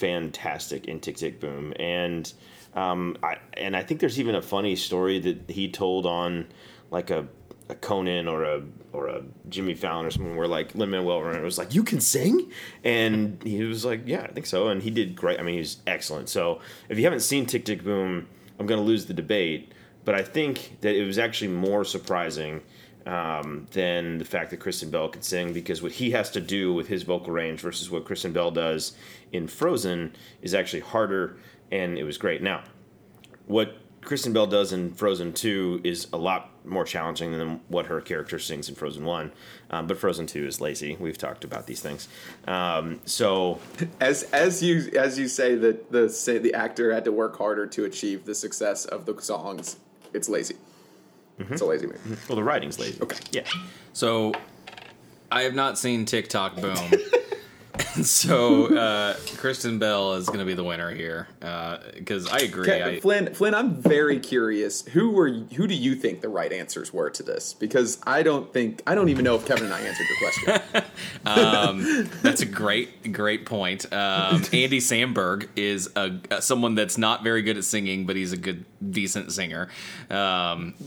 S4: fantastic in Tick Tick Boom, and um, I and I think there's even a funny story that he told on like a, a Conan or a or a Jimmy Fallon or someone where like Lin Manuel Miranda was like, "You can sing," and he was like, "Yeah, I think so," and he did great. I mean, he's excellent. So if you haven't seen Tick Tick Boom, I'm gonna lose the debate. But I think that it was actually more surprising um, than the fact that Kristen Bell could sing because what he has to do with his vocal range versus what Kristen Bell does in Frozen is actually harder, and it was great. Now, what Kristen Bell does in Frozen 2 is a lot more challenging than what her character sings in Frozen 1. Um, but Frozen 2 is lazy. We've talked about these things. Um, so,
S3: as as you as you say that the say the actor had to work harder to achieve the success of the songs, it's lazy.
S2: Mm-hmm.
S3: It's a lazy movie.
S4: well, the writing's lazy.
S3: Okay.
S4: Yeah.
S2: So I have not seen TikTok Boom. And so uh, Kristen Bell is going to be the winner here because I agree.
S3: Okay,
S2: I,
S3: Flynn, Flynn, I'm very curious. Who were who do you think the right answers were to this? Because I don't think I don't even know if Kevin and I answered your question.
S2: That's a great, great point. Um, Andy Samberg is a uh, someone that's not very good at singing, but he's a good, decent singer. Um,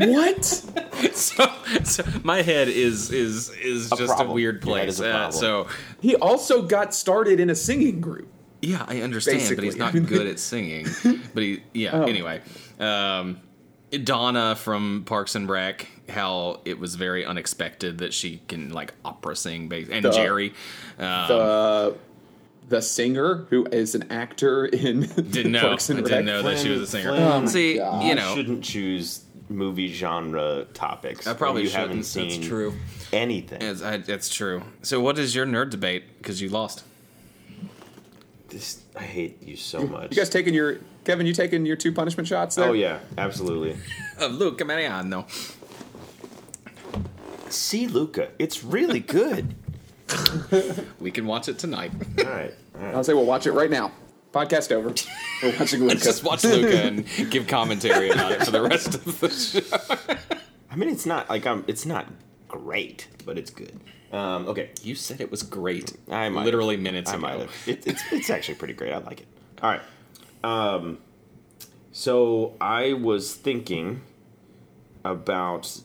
S3: what?
S2: so, so my head is is is just a
S4: problem.
S2: weird
S4: Your head
S2: place.
S4: is a
S2: Uh,
S4: problem.
S2: so
S3: He also got started in a singing group.
S2: yeah, I understand, but he's not
S3: Basically.
S2: good at singing. But he, yeah. Anyway, um, Donna from Parks and Rec, how it was very unexpected that she can like opera sing, bas- and
S3: The-
S2: Jerry. Um,
S3: The the singer who is an actor in
S2: didn't know.
S3: Parks
S2: I
S3: and Rec.
S2: didn't know that she was a singer.
S4: Flynn, Flynn,
S2: See,
S3: God.
S2: you know,
S4: shouldn't choose movie genre topics.
S2: I probably
S4: when you
S2: shouldn't.
S4: haven't seen
S2: That's true.
S4: anything.
S2: It's, I, it's true. So, what is your nerd debate? Because you lost.
S4: This, I hate you so much.
S3: You guys taking your Kevin? You taking your two punishment shots? There?
S4: oh yeah, absolutely.
S2: Uh, Luca Mariano.
S4: See Luca, it's really good.
S2: We can watch it tonight.
S4: all right, all right.
S3: I'll say we'll watch it right now. Podcast over. We're watching Lucas.
S2: Just watch Luca and give commentary about it for the rest of the show.
S4: I mean, it's not like I'm. It's not great, but it's good. Um, okay,
S2: You said it was great.
S4: I might-
S2: literally minutes
S4: I
S2: ago.
S4: might have. It, it's it's actually pretty great. I like it. All right. Um, so I was thinking about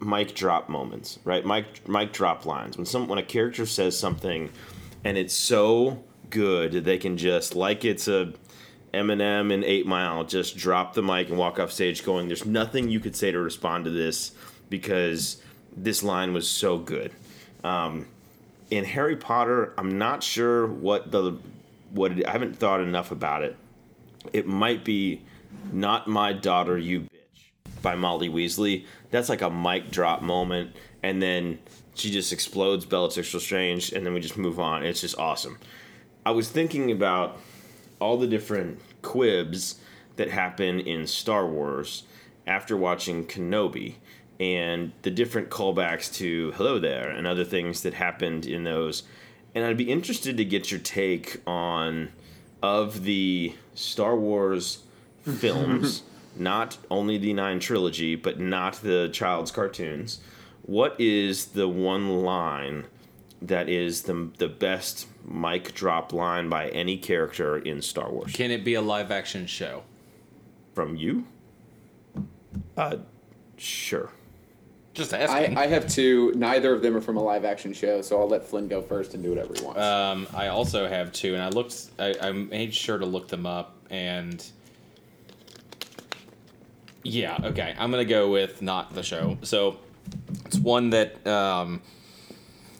S4: mic drop moments, right? Mic mic drop lines when some when a character says something, and it's so good that they can just like it's a Eminem and Eight Mile just drop the mic and walk off stage going, "There's nothing you could say to respond to this because this line was so good." Um, in Harry Potter, I'm not sure what the what it, I haven't thought enough about it. It might be "Not My Daughter, You Bitch" by Molly Weasley. That's like a mic drop moment, and then she just explodes Bellatrix Lestrange, and then we just move on. It's just awesome. I was thinking about all the different quibs that happen in Star Wars after watching Kenobi and the different callbacks to Hello There and other things that happened in those. And I'd be interested to get your take on of the Star Wars films not only the Nine trilogy, but not the child's cartoons, what is the one line that is the, the best mic drop line by any character in Star Wars?
S2: Can it be a live action show?
S4: From you? Uh, sure.
S2: Just
S6: I,
S2: asking.
S6: I have two. Neither of them are from a live action show, so I'll let Flynn go first and do whatever he wants.
S2: um, I also have two, and I looked. I, I made sure to look them up, and yeah, okay. I'm gonna go with not the show. So it's one that um,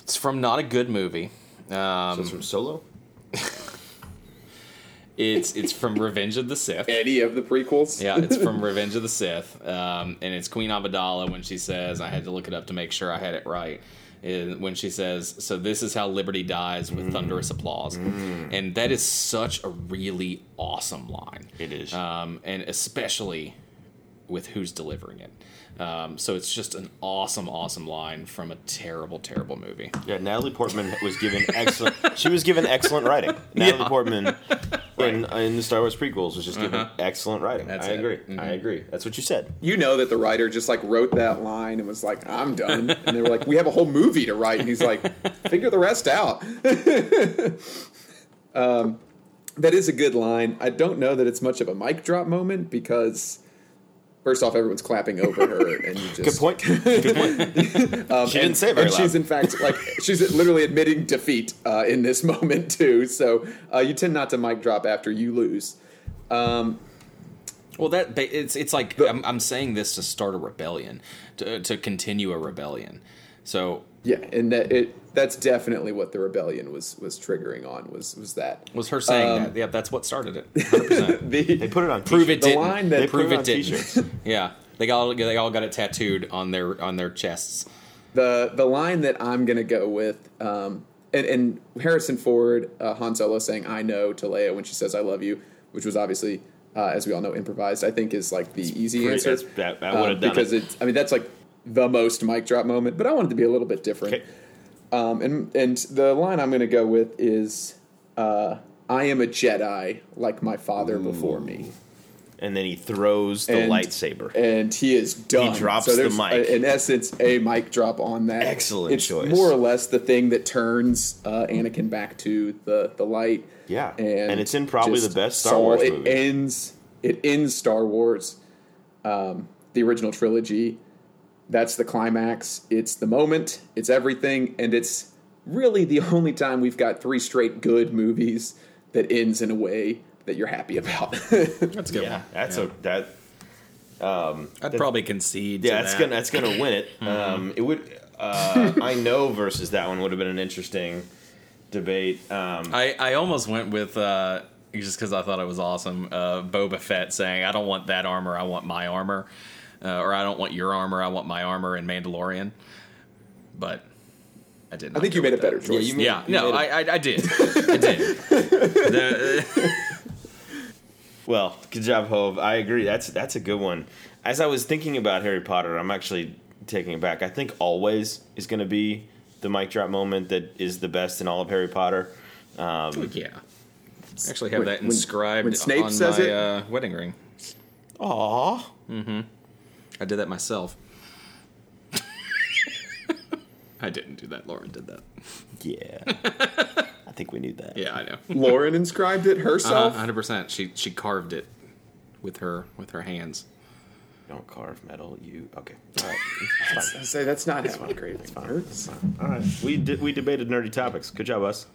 S2: it's from not a good movie.
S4: So
S2: Um,
S4: it's from Solo?
S2: it's it's from Revenge of the Sith.
S6: Any of the prequels?
S2: Yeah, it's from Revenge of the Sith, um, and it's Queen Amidala when she says, "I had to look it up to make sure I had it right." And when she says, "So this is how liberty dies with thunderous applause," and that is such a really awesome line.
S4: It is.
S2: um, and especially with who's delivering it. Um, so it's just an awesome, awesome line from a terrible, terrible movie.
S4: Yeah, Natalie Portman was given excellent. she was given excellent writing. Natalie Portman in, in the Star Wars prequels was just given
S3: Uh-huh.
S4: excellent writing.
S2: That's
S4: I
S2: it.
S4: agree.
S3: Mm-hmm.
S4: I agree. That's what you said.
S3: You know that the writer just like wrote that line and was like, "I'm done," and they were like, "We have a whole movie to write," and he's like, "Figure the rest out." um, that is a good line. I don't know that it's much of a mic drop moment because. First off, everyone's clapping over her, and you just
S4: Good point. Good point. she didn't say it very
S3: Um, and
S4: loud.
S3: she's in fact like she's literally admitting defeat uh, in this moment too. So uh, you tend not to mic drop after you lose.
S2: Well, that ba- it's it's like I'm, I'm saying this to start a rebellion, to to continue a rebellion. So
S3: Yeah, and that it that's definitely what the rebellion was was triggering on was was that
S2: was her saying
S4: Um,
S2: that. Yeah, that's what started it. 100%.
S4: they
S3: the
S4: put it on.
S2: prove it
S4: t-shirts.
S2: didn't.
S3: line that-
S4: They put
S2: prove
S4: it
S2: it,
S4: on t-shirts.
S2: didn't. yeah, they all they all got it tattooed on their on their chests.
S3: the the line that I'm gonna go with. Um, and, and Harrison Ford, uh, Han Solo saying "I know" to Leia when she says "I love you," which was obviously, uh, as we all know, improvised. I think is like the easy
S4: pretty-
S3: answer. um,
S4: that's- that- that would've done
S3: because
S4: it.
S3: it's. I mean, that's like the most mic drop moment. But I wanted to be a little bit different.
S4: Okay.
S3: Um, and and the line I'm going to go with is, uh, "I am a Jedi like my father before me."
S4: And then he throws the
S3: And-
S4: lightsaber.
S3: and he is done.
S4: drops
S3: so
S4: the
S3: there's,
S4: mic.
S3: uh, in essence, a mic drop on that.
S4: Excellent
S3: it's
S4: choice.
S3: More or less the thing that turns uh, Anakin back to the the light.
S4: Yeah.
S3: and,
S4: And it's in probably
S3: just
S4: the best Star
S3: Saul-
S4: Wars
S3: it
S4: movie.
S3: ends. It ends Star Wars, um, the original trilogy. That's the climax. It's the moment. It's everything, and it's really the only time we've got three straight good movies that ends in a way that you're happy about.
S2: That's a good
S4: yeah, that's a that.
S2: I'd probably concede.
S4: Yeah,
S2: to
S4: that's
S2: that.
S4: gonna that's gonna win it. Um, it would. Uh, I know versus that one would have been an interesting debate. Um,
S2: I I almost went with. uh just because I thought it was awesome, uh, Boba Fett saying, "I don't want that armor. I want my armor," uh, or "I don't want your armor. I want my armor." In Mandalorian, but I didn't.
S3: I think you made a better choice.
S4: you made-
S2: Yeah,
S4: you
S2: no,
S4: made a-
S2: I, I, I did. I did. The-
S4: Well, good job, Hove. I agree. That's that's a good one. As I was thinking about Harry Potter, I'm actually taking it back. I think always is going to be the mic drop moment that is the best in all of Harry Potter. Um,
S2: yeah. I actually have
S3: When-
S2: that
S3: when-
S2: inscribed
S3: when Snape
S2: on
S3: says
S2: my
S3: it-
S2: Uh, wedding ring.
S4: Aww.
S2: I did that myself. I didn't do that. Lauren did that.
S4: Yeah. I think we knew that.
S2: Yeah, I know. Uh,
S3: Lauren inscribed it herself.
S2: Hundred percent. She she carved it with her with her hands.
S4: Don't carve metal. You okay? All right. It's
S3: I
S4: fine.
S3: say that's not how engraving works.
S4: All right. We did, we debated nerdy topics. Good job, us.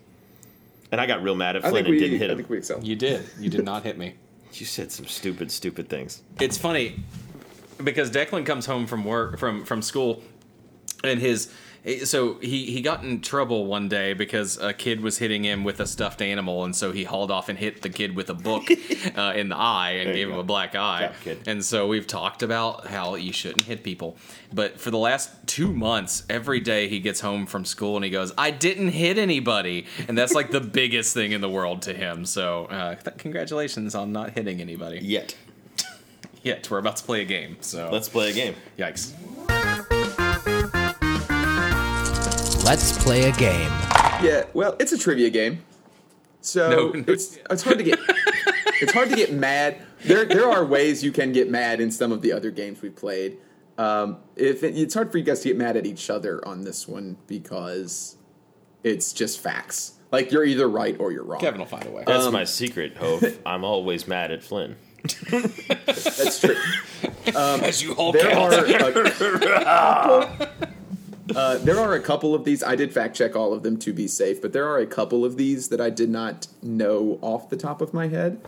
S4: And I got real mad at
S3: I
S4: Flynn
S3: think
S4: and
S3: we
S4: didn't hit
S3: I
S4: him.
S3: think we excel.
S2: You did. You did not hit me.
S4: You said some stupid, stupid things.
S2: it's funny because Declan comes home from work from from school and his so he he got in trouble one day because a kid was hitting him with a stuffed animal and so he hauled off and hit the kid with a book uh, in the eye and
S4: you
S2: gave him
S4: go.
S2: a black eye
S4: Tough kid.
S2: and so we've talked about how you shouldn't hit people but for the last 2 months every day he gets home from school and he goes I didn't hit anybody and that's like the biggest thing in the world to him so uh, th- congratulations on not hitting anybody
S4: Yet.
S2: yet. We're about to play a game, so
S4: Let's play a game.
S2: yikes.
S7: Let's play a game.
S3: Yeah, well, it's a trivia game, so
S2: No, no.
S3: it's it's hard to get it's hard to get mad. there there are ways you can get mad in some of the other games we played. Um, if it, it's hard for you guys to get mad at each other on this one because it's just facts. Like you're either right or you're wrong.
S2: Kevin will find a way.
S4: That's my secret, Hove. I'm always mad at Flynn.
S3: That's true.
S2: As you all
S3: There are a, uh, there are a couple of these. I did fact check all of them to be safe, but there are a couple of these that I did not know off the top of my head.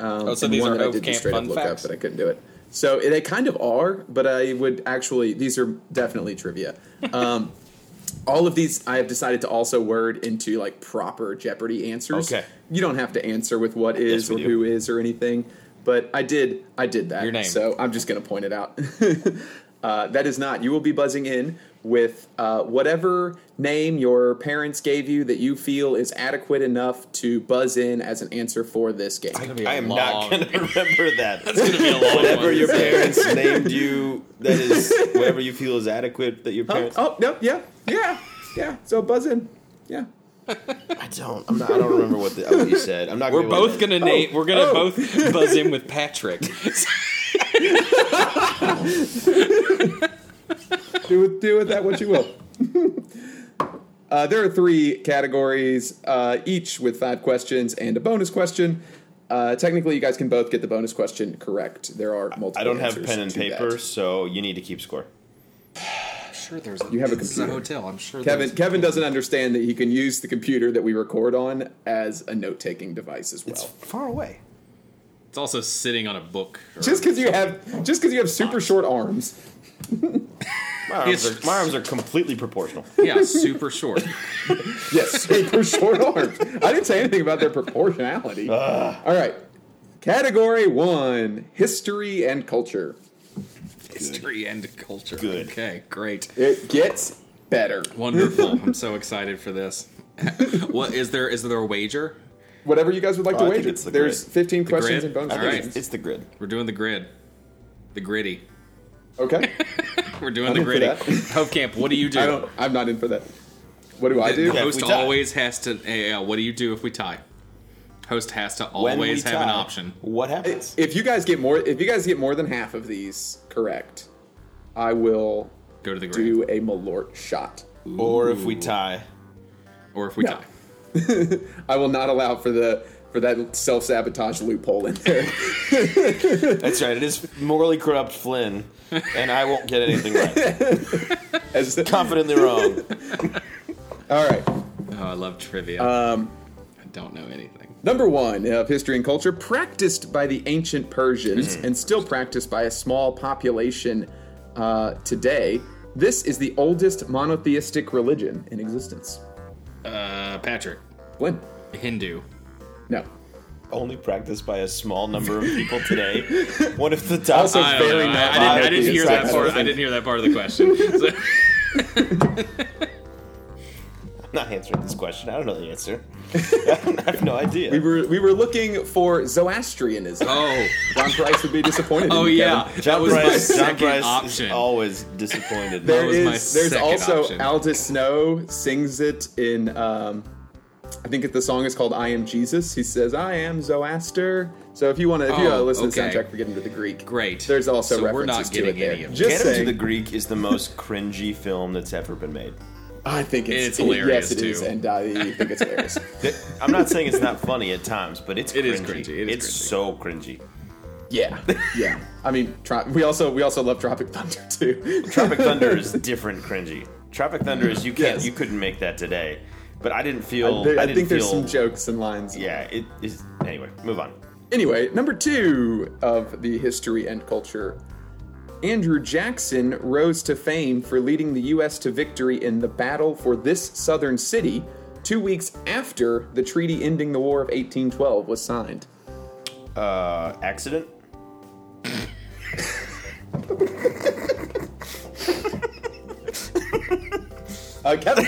S2: Oh, so
S3: and
S2: these
S3: one
S2: are
S3: that I
S2: Hove
S3: did
S2: Camp
S3: just straight up
S2: fun
S3: look up,
S2: facts.
S3: but I couldn't do it. So they kind of are, but I would actually these are definitely trivia. Um, all of these I have decided to also word into like proper Jeopardy answers.
S4: Okay.
S3: you don't have to answer with what is
S4: we
S3: or
S4: do.
S3: who is or anything, but I did I did that.
S2: Your name.
S3: So I'm just going to point it out. uh, that is not. You will be buzzing in with uh, whatever name your parents gave you that you feel is adequate enough to buzz in as an answer for this game.
S4: I am
S2: long-
S4: not going to remember that.
S2: It's gonna be a long
S4: Whatever
S2: one.
S4: your parents named you, that is whatever you feel is adequate. That your
S3: Oh,
S4: parents.
S3: oh no, yeah, yeah, yeah. So buzz in. Yeah.
S4: I don't. I'm not, I don't remember what, the, what you said. I'm not.
S2: We're
S4: gonna be able
S2: both gonna
S3: Oh,
S2: name. We're gonna both buzz in with Patrick.
S3: Do with, do with that what you will. uh, there are three categories, uh, each with five questions and a bonus question. Uh, technically, you guys can both get the bonus question correct. There are multiple.
S4: I don't have
S3: answers
S4: pen and
S3: to that.
S4: paper, so you need to keep score.
S2: sure, there's a,
S3: You have a
S2: this is
S3: computer.
S2: hotel. I'm sure.
S3: Kevin
S2: there's-
S3: Kevin doesn't understand that he can use the computer that we record on as a note taking device as well.
S4: far away.
S2: It's also sitting on a book. or-
S3: just because you have just because you have super short arms.
S4: My arms, are, my arms are completely proportional.
S2: yeah, super short.
S3: Yes, super short arms. I didn't say anything about their proportionality.
S4: Ah.
S3: All right. Category one history and culture.
S2: History and culture.
S4: Good.
S2: Okay, great.
S3: It gets better.
S2: Wonderful. I'm so excited for this. what is there? Is there a wager?
S3: Whatever you guys would like
S4: Oh,
S3: to
S4: I think
S3: wager.
S4: it's the
S3: There's
S4: grid.
S3: 15
S2: The
S3: questions
S2: grid?
S3: and bonus
S2: All right.
S3: questions.
S4: It's the grid.
S2: We're doing the grid. The gritty.
S3: Okay.
S2: We're doing
S3: I'm
S2: the
S3: in for
S2: gritty.
S3: that.
S2: Hope Camp, what do you do?
S3: I don't. I'm not in for that. What do I
S2: The
S3: do?
S4: Yeah.
S2: host
S4: we tie.
S2: always has to. eh, Yeah, what do you do if we tie? Host has to
S4: When we
S2: always have an
S4: tie,
S2: option.
S4: What happens?
S3: If you guys get more, if you guys get more than half of these correct, I will
S2: Go to the grid.
S3: do a Malort shot.
S4: or if we tie,
S2: or if we
S3: No.
S2: die.
S3: I will not allow for the for that self sabotage loophole in there.
S4: that's right. It is morally corrupt Flynn, and I won't get anything right.
S3: As-
S4: Confidently wrong.
S3: all right.
S2: Oh, I love trivia. Um, I don't know anything.
S3: Number one of history and culture, practiced by the ancient
S2: Mm.
S3: Persians and still practiced by a small population uh, today, this is the oldest monotheistic religion in existence.
S2: Uh, Patrick,
S3: Glenn?
S2: Hindu.
S3: No.
S4: Only practiced by a small number of people today. What if the top?
S3: Also-
S2: I, don't
S3: very
S2: know.
S3: not
S2: I, I didn't, I didn't
S3: monotheistic.
S2: hear that part. I
S3: Exactly.
S2: didn't hear that part of the question. So-
S4: I'm not answering this question. I don't know the answer. I have no idea.
S3: We were we were looking for Zoroastrianism.
S2: oh,
S3: John Price would be disappointed.
S2: oh
S3: in you,
S2: yeah,
S3: Kevin.
S2: that was my
S4: Price-
S2: second
S4: Price
S2: option.
S4: Is always disappointed.
S3: There
S2: was my
S3: is- there's
S2: second
S3: also
S2: option.
S3: Aldous Snow sings it in. Um, I think the song is called "I Am Jesus." He says, "I am Zoroaster." So if you want to, if you
S2: Oh,
S3: uh, listen
S2: okay.
S3: to the soundtrack for Getting to the Greek,
S2: Great.
S3: There's also
S2: So we're
S3: references
S2: not
S3: to
S2: getting
S3: it there.
S2: any of
S3: Just
S4: Get him to
S3: saying,
S4: the Greek is the most cringy film that's ever been made.
S3: I think it's,
S2: It's hilarious,
S3: Yes, it is,
S2: too.
S3: and I think it's hilarious.
S4: Th- I'm not saying it's not funny at times, but it's cringy.
S2: It is cringy. It is
S4: it's
S2: cringy.
S4: so cringy.
S3: yeah, yeah. I mean, tro- we also we also love Tropic Thunder too.
S4: Tropic Thunder is different cringy. Tropic Thunder is you can't
S3: Yes.
S4: you couldn't make that today. But I didn't
S3: I,
S2: Oh,
S4: feel. I,
S3: there- I
S4: didn't
S3: think
S4: feel,
S3: there's some jokes and lines.
S4: Yeah. It is. Anyway, move on.
S3: Anyway, number two of the history and culture. Andrew Jackson rose to fame for leading the U.S. to victory in the battle for this southern city two weeks after the treaty ending the War of 1812 was signed.
S4: Uh, accident.
S3: Uh, Kevin?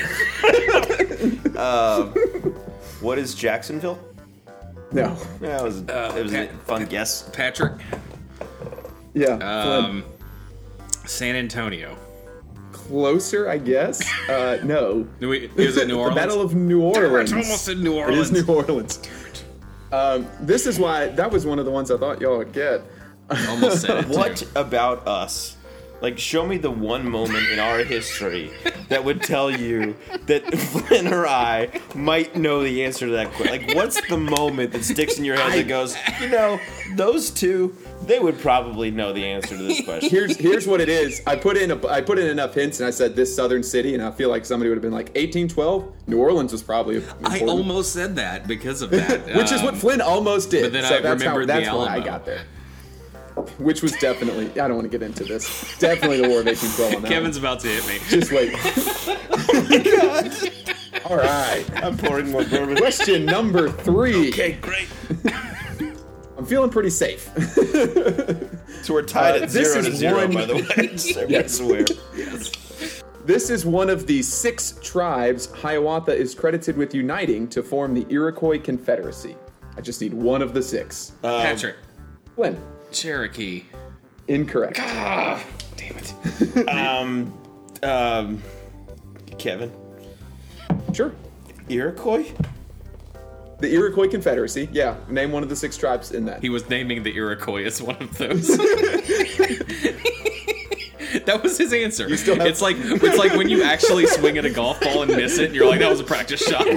S4: What is Jacksonville?
S3: no.
S4: Yeah, it was. it was a
S2: Pat-
S4: fun guess.
S2: Patrick,
S3: Yeah.
S2: um, San Antonio.
S3: Flynn. Closer, I guess. Uh, no.
S2: Do we- Is it New
S3: The
S2: Orleans?
S3: Battle of New Orleans.
S2: almost said New
S3: It is
S2: Orleans.
S3: New Orleans. Um, this is why that was one of the ones I thought y'all would get.
S2: Almost said it. too.
S4: What about us? Like, show me the one moment in our history that would tell you that Flynn or I might know the answer to that question. Like, what's the moment that sticks in your head that goes, you know, those two, they would probably know the answer to this question.
S3: Here's here's what it is. I put in a, I put in enough hints, and I said this southern city, and I feel like somebody would have been like 1812. New Orleans was probably.
S2: I
S3: important.
S2: almost said that because of that.
S3: which is what
S2: Um,
S3: Flynn almost did.
S2: but then
S3: so
S2: I
S3: that's how,
S2: remembered the
S3: that's why I
S2: Alamo.
S3: got there. Which was definitely. I don't want to get into this. Definitely the War of 1812. On that
S2: Kevin's about to hit me.
S3: one. just wait. All right.
S4: I'm pouring more bourbon.
S3: Question number three.
S4: Okay, great.
S3: I'm feeling pretty safe.
S4: So we're tied
S3: Uh,
S4: at
S3: this
S4: zero to
S3: is
S4: zero,
S3: one-
S4: by the way. So I
S3: Yes.
S4: swear.
S3: This is one of the six tribes Hiawatha is credited with uniting to form the Iroquois Confederacy. I just need one of the six.
S2: Patrick.
S3: Flynn,
S2: Cherokee.
S3: incorrect.
S2: Damn it.
S4: Um, Kevin,
S3: Sure.
S4: Iroquois?
S3: The Iroquois Confederacy. Yeah, name one of the six tribes in that.
S2: He was naming the Iroquois as one of those. that was his answer.
S3: still have-
S2: It's like it's like when you actually swing at a golf ball and miss it, and you're like, "That was a practice shot."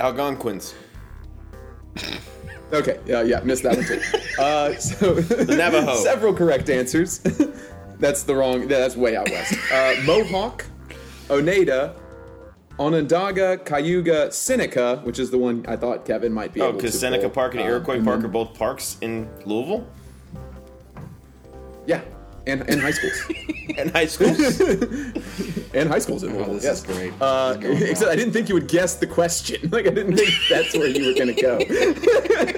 S4: Algonquins.
S3: Okay, yeah, yeah, missed that one too. Uh, so
S4: Navajo.
S3: several correct answers. that's the wrong. That's way out west. Uh, Mohawk, Oneida, Onondaga, Cayuga, Seneca, which is the one I thought Kevin might be.
S4: Oh,
S3: able to
S4: because Seneca
S3: pull.
S4: Park and
S3: Um,
S4: Iroquois
S3: and
S4: Park
S3: then-
S4: are both parks in Louisville
S3: Yeah, and and high schools.
S4: and high schools.
S3: and high schools involved.
S5: this
S3: yes.
S5: is great.
S3: Uh, except I didn't think you would guess the question. Like I didn't think that's where you were gonna go.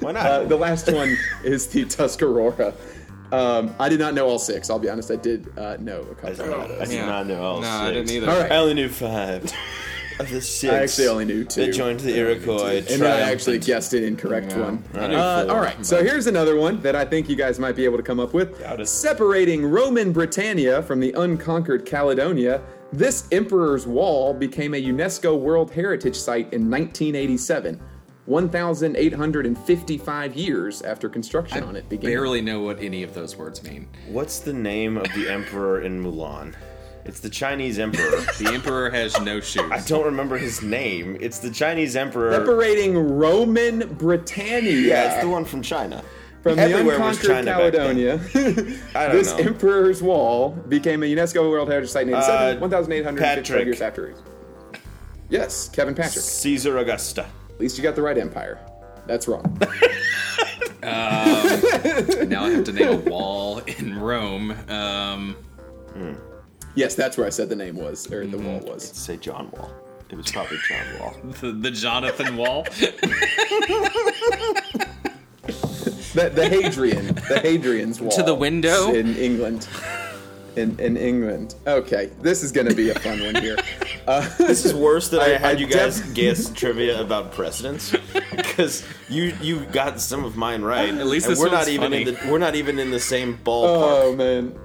S4: Why not?
S3: Uh, the last one is the Tuscarora. Um, I did not know all six. I'll be honest. I did uh, know a
S4: I
S3: couple.
S4: don't know. I did not know all
S2: No, I didn't
S4: six.
S2: either.
S3: All
S4: I
S3: right.
S4: only knew five of the six.
S3: I actually only knew two.
S4: That joined the Iroquois.
S3: and uh, then I actually guessed an incorrect one. Uh, all right, so here's another one that I think you guys might be able to come up with.
S4: Doubt it.
S3: Separating Roman Britannia from the unconquered Caledonia, this Emperor's Wall became a UNESCO World Heritage Site in 1987, 1,855 years after construction on it began.
S2: Barely know what any of those words mean.
S4: What's the name of the emperor in Mulan? It's the Chinese emperor.
S2: The emperor has no shoes.
S4: I don't remember his name. It's the Chinese emperor.
S3: Separating Roman Britannia
S4: Yeah, it's the one from China.
S3: from the
S4: Everywhere was
S3: unconquered
S4: China back then.
S3: Caledonia.
S4: I don't
S3: this
S4: know.
S3: Emperor's Wall became a UNESCO World Heritage Site in 87,
S4: Uh,
S3: 1,850
S4: Patrick.
S3: years after. it. Yes, Kevin Patrick.
S4: Caesar Augusta.
S3: At least you got the right empire. That's wrong.
S2: Now I have to name a wall in Rome. Um,
S3: yes, that's where I said the name was, or the wall
S4: Mm-hmm.
S3: was.
S4: Say John Wall. It was probably John Wall.
S2: the, the Jonathan Wall.
S3: The, the Hadrian. the Hadrian's Wall.
S2: To the window?
S3: In England. In, in England. Okay, this is going to be a fun one here.
S4: This is worse than I,
S3: I-
S4: had
S3: I
S4: you guys
S3: def-
S4: guess trivia about presidents because you you got some of mine right. At
S2: least
S4: and
S2: this
S4: we're not
S2: one's
S4: even in
S2: funny.
S4: the we're not even in the same ballpark.
S3: Oh, man.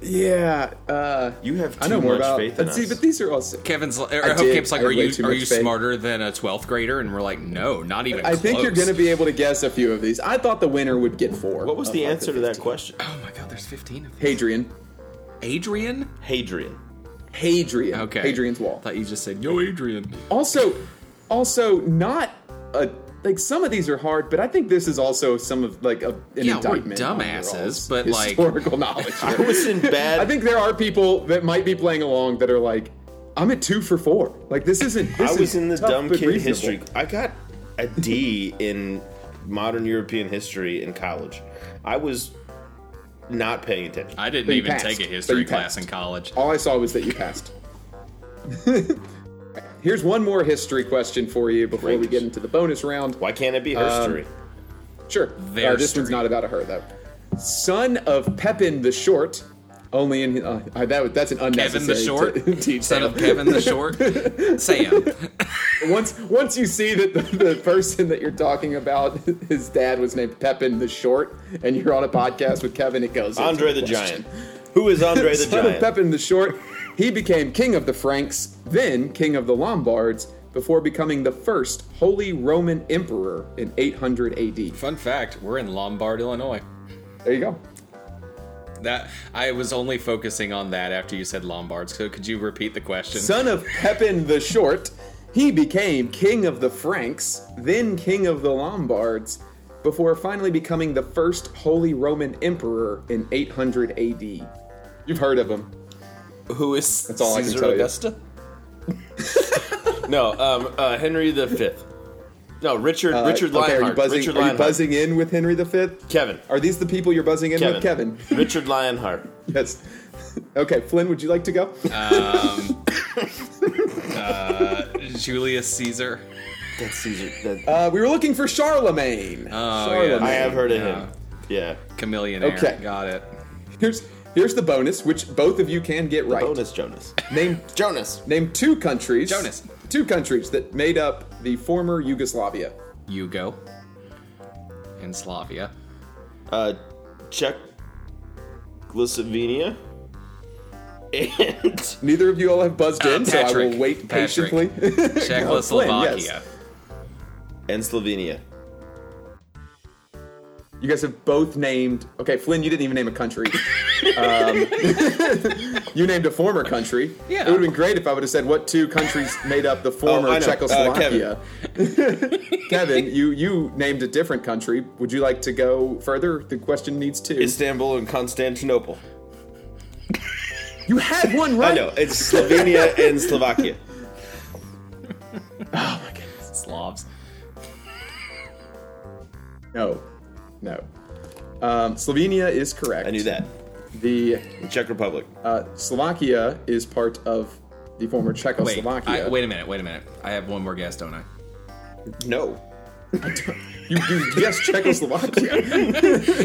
S3: Yeah, uh,
S4: you have
S3: I
S4: too
S3: know more
S4: much
S3: about.
S4: faith in
S3: let's
S4: us.
S3: see, but these are all. si-
S2: Kevin's or
S3: I
S2: Hope
S3: did.
S2: Camp's like,
S3: I
S2: "Are
S3: had way
S2: you
S3: too
S2: are
S3: much
S2: you
S3: faith.
S2: smarter than a 12th grader?" And we're like, "No, not even."
S3: I think you're
S2: close."
S3: going to be able to guess a few of these. I thought the winner would get four.
S4: what was
S3: of,
S4: the
S3: like,
S4: answer to that
S3: 15.
S4: question?
S2: Oh my god, there's 15 of them.
S3: Hadrian.
S2: Adrian.
S4: Hadrian.
S3: Hadrian.
S2: Okay.
S3: Hadrian's
S2: I
S3: Wall.
S2: thought you just said, "Yo, Adrian."
S3: Also, also not a like some of these are hard, but I think this is also some of like a, an
S2: Yeah, we're
S3: indictment. on your
S2: dumbasses,
S3: all's
S2: but, like-
S3: historical knowledge.
S4: I was in bad.
S3: I think there are people that might be playing along that are like, I'm at two for four. Like this isn't. This
S4: I
S3: is
S4: was in the
S3: tough,
S4: dumb
S3: but
S4: kid
S3: reasonable.
S4: history. I got a D in modern European history in college. I was not paying attention.
S2: I didn't
S3: But you
S2: even
S3: passed.
S2: take a
S3: But you
S2: history class
S3: passed.
S2: in college.
S3: All I saw was that you passed. Here's one more history question for you before we
S4: Great.
S3: get into the bonus round.
S4: Why can't it be history?
S3: Um, Sure.
S2: Their
S3: Uh, this one's
S2: story.
S3: not about a her though. Son of Pepin the Short, only in uh, I- that that's an unnecessary
S2: Kevin the Short,
S3: t- detail.
S2: son of Kevin the Short, Sam.
S3: Once once you see that the, the person that you're talking about, his dad was named Pepin the Short, and you're on a podcast with Kevin, it goes into
S4: Andre the
S3: question.
S4: Giant. Who is Andre the
S3: Son of
S4: Giant?
S3: Pepin the Short, he became king of the Franks, then king of the Lombards. before becoming the first Holy Roman Emperor in 800 AD.
S2: Fun fact: We're in Lombard, Illinois.
S3: There you go.
S2: That I was only focusing on that after you said Lombards. So could you repeat the question?
S3: Son of Pepin the Short, he became king of the Franks, then king of the Lombards, before finally becoming the first Holy Roman Emperor in 800 AD. You've heard of him.
S4: Who is
S3: That's all I can tell you.
S4: No, um, uh, Henry the Fifth. No, Richard. Richard
S3: Uh, okay,
S4: Lionheart.
S3: are you buzzing,
S4: Richard
S3: are you
S4: Lionheart.
S3: buzzing in with Henry V?
S4: Kevin.
S3: Are these the people you're buzzing in with, Kevin?
S4: Richard Lionheart.
S3: Yes. Okay, Flynn, would you like to go?
S2: Julius Caesar.
S5: That's Caesar. That,
S3: Uh, we were looking for Charlemagne. Charlemagne.
S4: I have heard of him. Yeah.
S2: Chameleon.
S3: Okay.
S2: Got it.
S3: Here's here's the bonus, which both of you can get right.
S4: Bonus Jonas.
S3: Name
S5: Jonas.
S3: name two countries.
S2: Jonas.
S3: Two countries that made up the former Yugoslavia.
S2: Yugo. In Slavia.
S4: Uh, Czech. Slovenia. And
S3: Neither of you all have buzzed
S2: Uh,
S3: in, so I
S2: Patrick.
S3: will wait
S2: Patrick.
S3: patiently. No, Flynn, yes.
S2: Czechoslovakia.
S4: and Slovenia.
S3: You guys have both named. Okay, Flynn, you didn't even name a country. um, you named a former country.
S2: Yeah.
S3: It would have been great if I would have said what two countries made up the former
S4: I know. Uh,
S3: Czechoslovakia. Kevin. you you named a different country. Would you like to go further? The question needs two.
S4: Istanbul and Constantinople.
S3: you had one right.
S4: I know it's Slovenia and Slovakia.
S2: Slavs.
S3: No, no. Um, Slovenia is correct.
S4: I knew that.
S3: The
S4: Czech Republic.
S3: uh, Slovakia is part of the former
S2: Wait.
S3: Czechoslovakia.
S2: I, wait a minute. Wait a minute. I have one more guess, don't I?
S4: no,
S3: You, you guessed Czechoslovakia.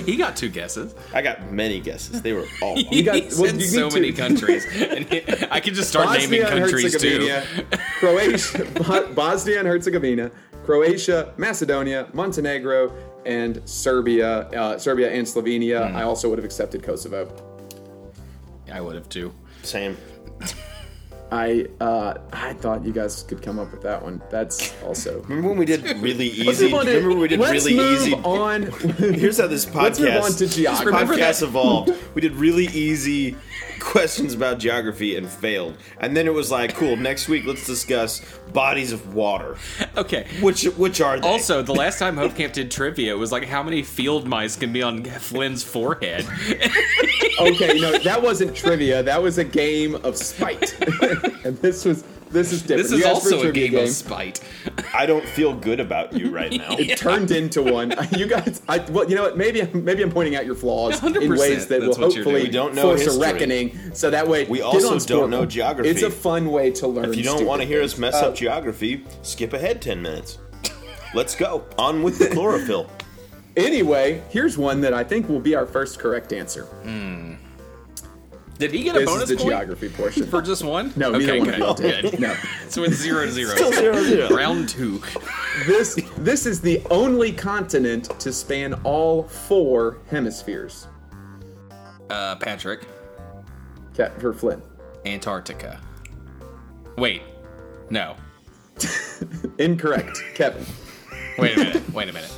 S2: He got two guesses.
S4: I got many guesses. They were all wrong.
S2: He
S3: got-
S2: got
S3: well, you need
S2: so
S3: to-
S2: many countries. And he- I could just start naming
S3: Bosnia and
S2: countries too.
S3: Herzegovina, Croatia, Bo- Bosnia and Herzegovina, Croatia, Macedonia, Montenegro, and Serbia. Uh, Serbia and Slovenia.
S4: Hmm.
S3: I also would have accepted Kosovo.
S2: I would have too.
S4: Same.
S3: I uh, I thought you guys could come up with that one. That's also.
S4: Remember when we did really
S3: Let's
S4: easy?
S3: move on to-
S4: Remember when we did
S3: let's
S4: really
S3: move
S4: easy?
S3: on.
S4: Here's how this
S3: Let's
S4: podcast.
S3: move on to
S4: This
S3: geography.
S2: remember
S4: podcast evolved. We did really easy questions about geography and failed. And then it was like, cool. Next week, let's discuss bodies of water.
S2: Okay.
S4: Which which are they?
S2: Also, the last time Hope Camp did trivia, it was like how many field mice can be on Flynn's forehead.
S3: okay, no, that wasn't trivia. That was a game of spite. and this was this is different.
S2: This is
S3: You asked for
S2: also a
S3: trivia
S2: game, of spite.
S4: I don't feel good about you right now.
S3: It turned into one. You guys, I, well, you know what? Maybe maybe I'm pointing out your flaws in
S2: 100%
S3: ways that will
S2: that's what you're doing.
S3: hopefully
S2: We
S4: don't know
S3: force
S4: history.
S3: a reckoning. So that way,
S4: We
S3: get
S4: also
S3: on
S4: don't
S3: Sporkle.
S4: know geography.
S3: It's a fun way to learn.
S4: if you don't want to hear us mess up geography, skip ahead ten minutes. Let's go on with the chlorophyll.
S3: anyway, here's one that I think will be our first correct answer.
S2: Did he get a
S3: This is
S2: bonus
S3: the
S2: point
S3: geography portion.
S2: for just one?
S3: No,
S2: okay,
S3: neither one
S2: good.
S3: of y'all did.
S2: Good.
S3: No.
S2: So it's zero to zero.
S4: Still zero to zero.
S2: Round two.
S3: This this is the only continent to span all four hemispheres.
S2: Uh, Patrick,
S3: Cat for Flynn.
S2: Antarctica. Wait, no.
S3: Incorrect, Kevin.
S2: Wait a minute. Wait a minute.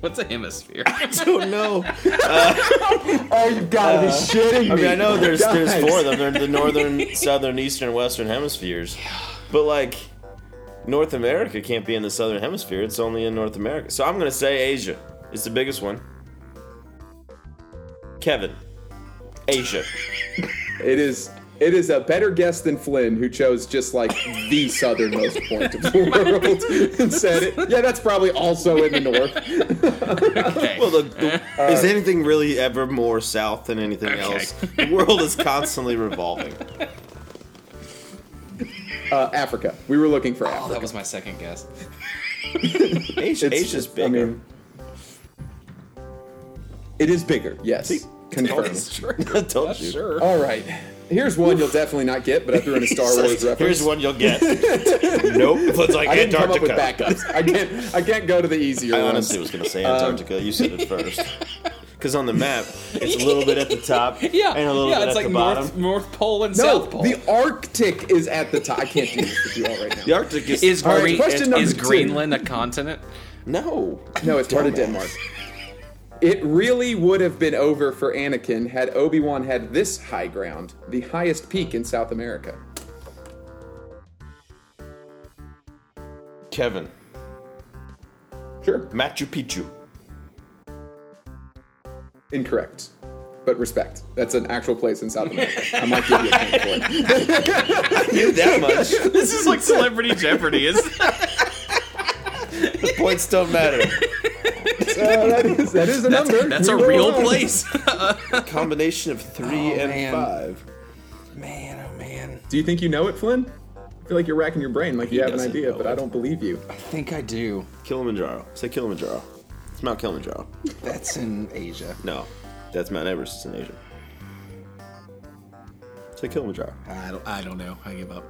S2: What's a hemisphere?
S4: Oh no.
S3: Oh, you've got to be
S4: Uh-huh.
S3: shitting me.
S4: I mean, I know there's there's four of them. They're the northern, southern, eastern, western hemispheres. But like, North America can't be in the southern hemisphere. It's only in North America. So I'm gonna say Asia. It's the biggest one. Kevin, Asia.
S3: It is. It is a better guess than Flynn, who chose just like the southernmost point of the world and said, it. "Yeah, that's probably also in the north."
S2: Okay.
S4: Well, the, the, is anything really ever more south than anything
S2: Okay.
S4: else? The world is constantly revolving.
S3: Uh, Africa. We were looking for
S2: oh,
S3: Africa.
S2: that was my second guess.
S4: Asia,
S3: It's-
S4: Asia's
S3: I
S4: bigger.
S3: mean, it is bigger. Yes, confirmed.
S2: true.
S4: I told you.
S2: Sure.
S3: All right. Here's one you'll definitely not get, but I threw in a Star Wars reference.
S4: Here's one you'll get. nope. It's like
S3: I didn't come up
S4: Antarctica.
S3: with backups. I can't. I can't go to the easier
S4: I
S3: ones.
S4: honestly was going to say Antarctica. you said it first. because on the map it's a little bit at the top
S2: Yeah,
S4: and a little
S2: yeah,
S4: bit
S2: it's
S4: at
S2: like
S4: the bottom.
S2: North, North Pole and
S3: No,
S2: South Pole.
S3: the Arctic is at the top. I can't do this with you all right
S4: The
S3: now.
S4: Arctic is,
S2: is
S3: right,
S2: Gre-
S3: question number
S2: is
S3: two.
S2: Greenland a continent?
S4: no.
S3: No, it's part of
S4: Dumbass.
S3: Denmark.
S6: It really would have been over for Anakin had Obi Wan had this high ground, the highest peak in South America.
S4: Kevin,
S6: Sure.
S4: Machu Picchu.
S6: Incorrect. But respect. That's an actual place in South America. I might give you a point for it.
S4: Knew that much.
S2: This is like Celebrity Jeopardy. Is
S4: Points don't matter.
S3: Uh, that is that is a number.
S2: that's a
S3: You're
S2: real
S3: right.
S2: place?
S4: Combination of three and
S5: man.
S4: five.
S5: Man, oh man.
S3: Do you think you know it, Flynn? I feel like you're racking your brain like you have an
S4: doesn't
S3: idea,
S4: know
S3: but
S4: it.
S3: I don't believe you.
S5: I think I do.
S4: Kilimanjaro. Say Kilimanjaro. It's Mount Kilimanjaro.
S5: That's in Asia.
S4: No, that's Mount Everest. It's in Asia. Say Kilimanjaro.
S2: Ah.
S5: I don't, I don't know. I give up.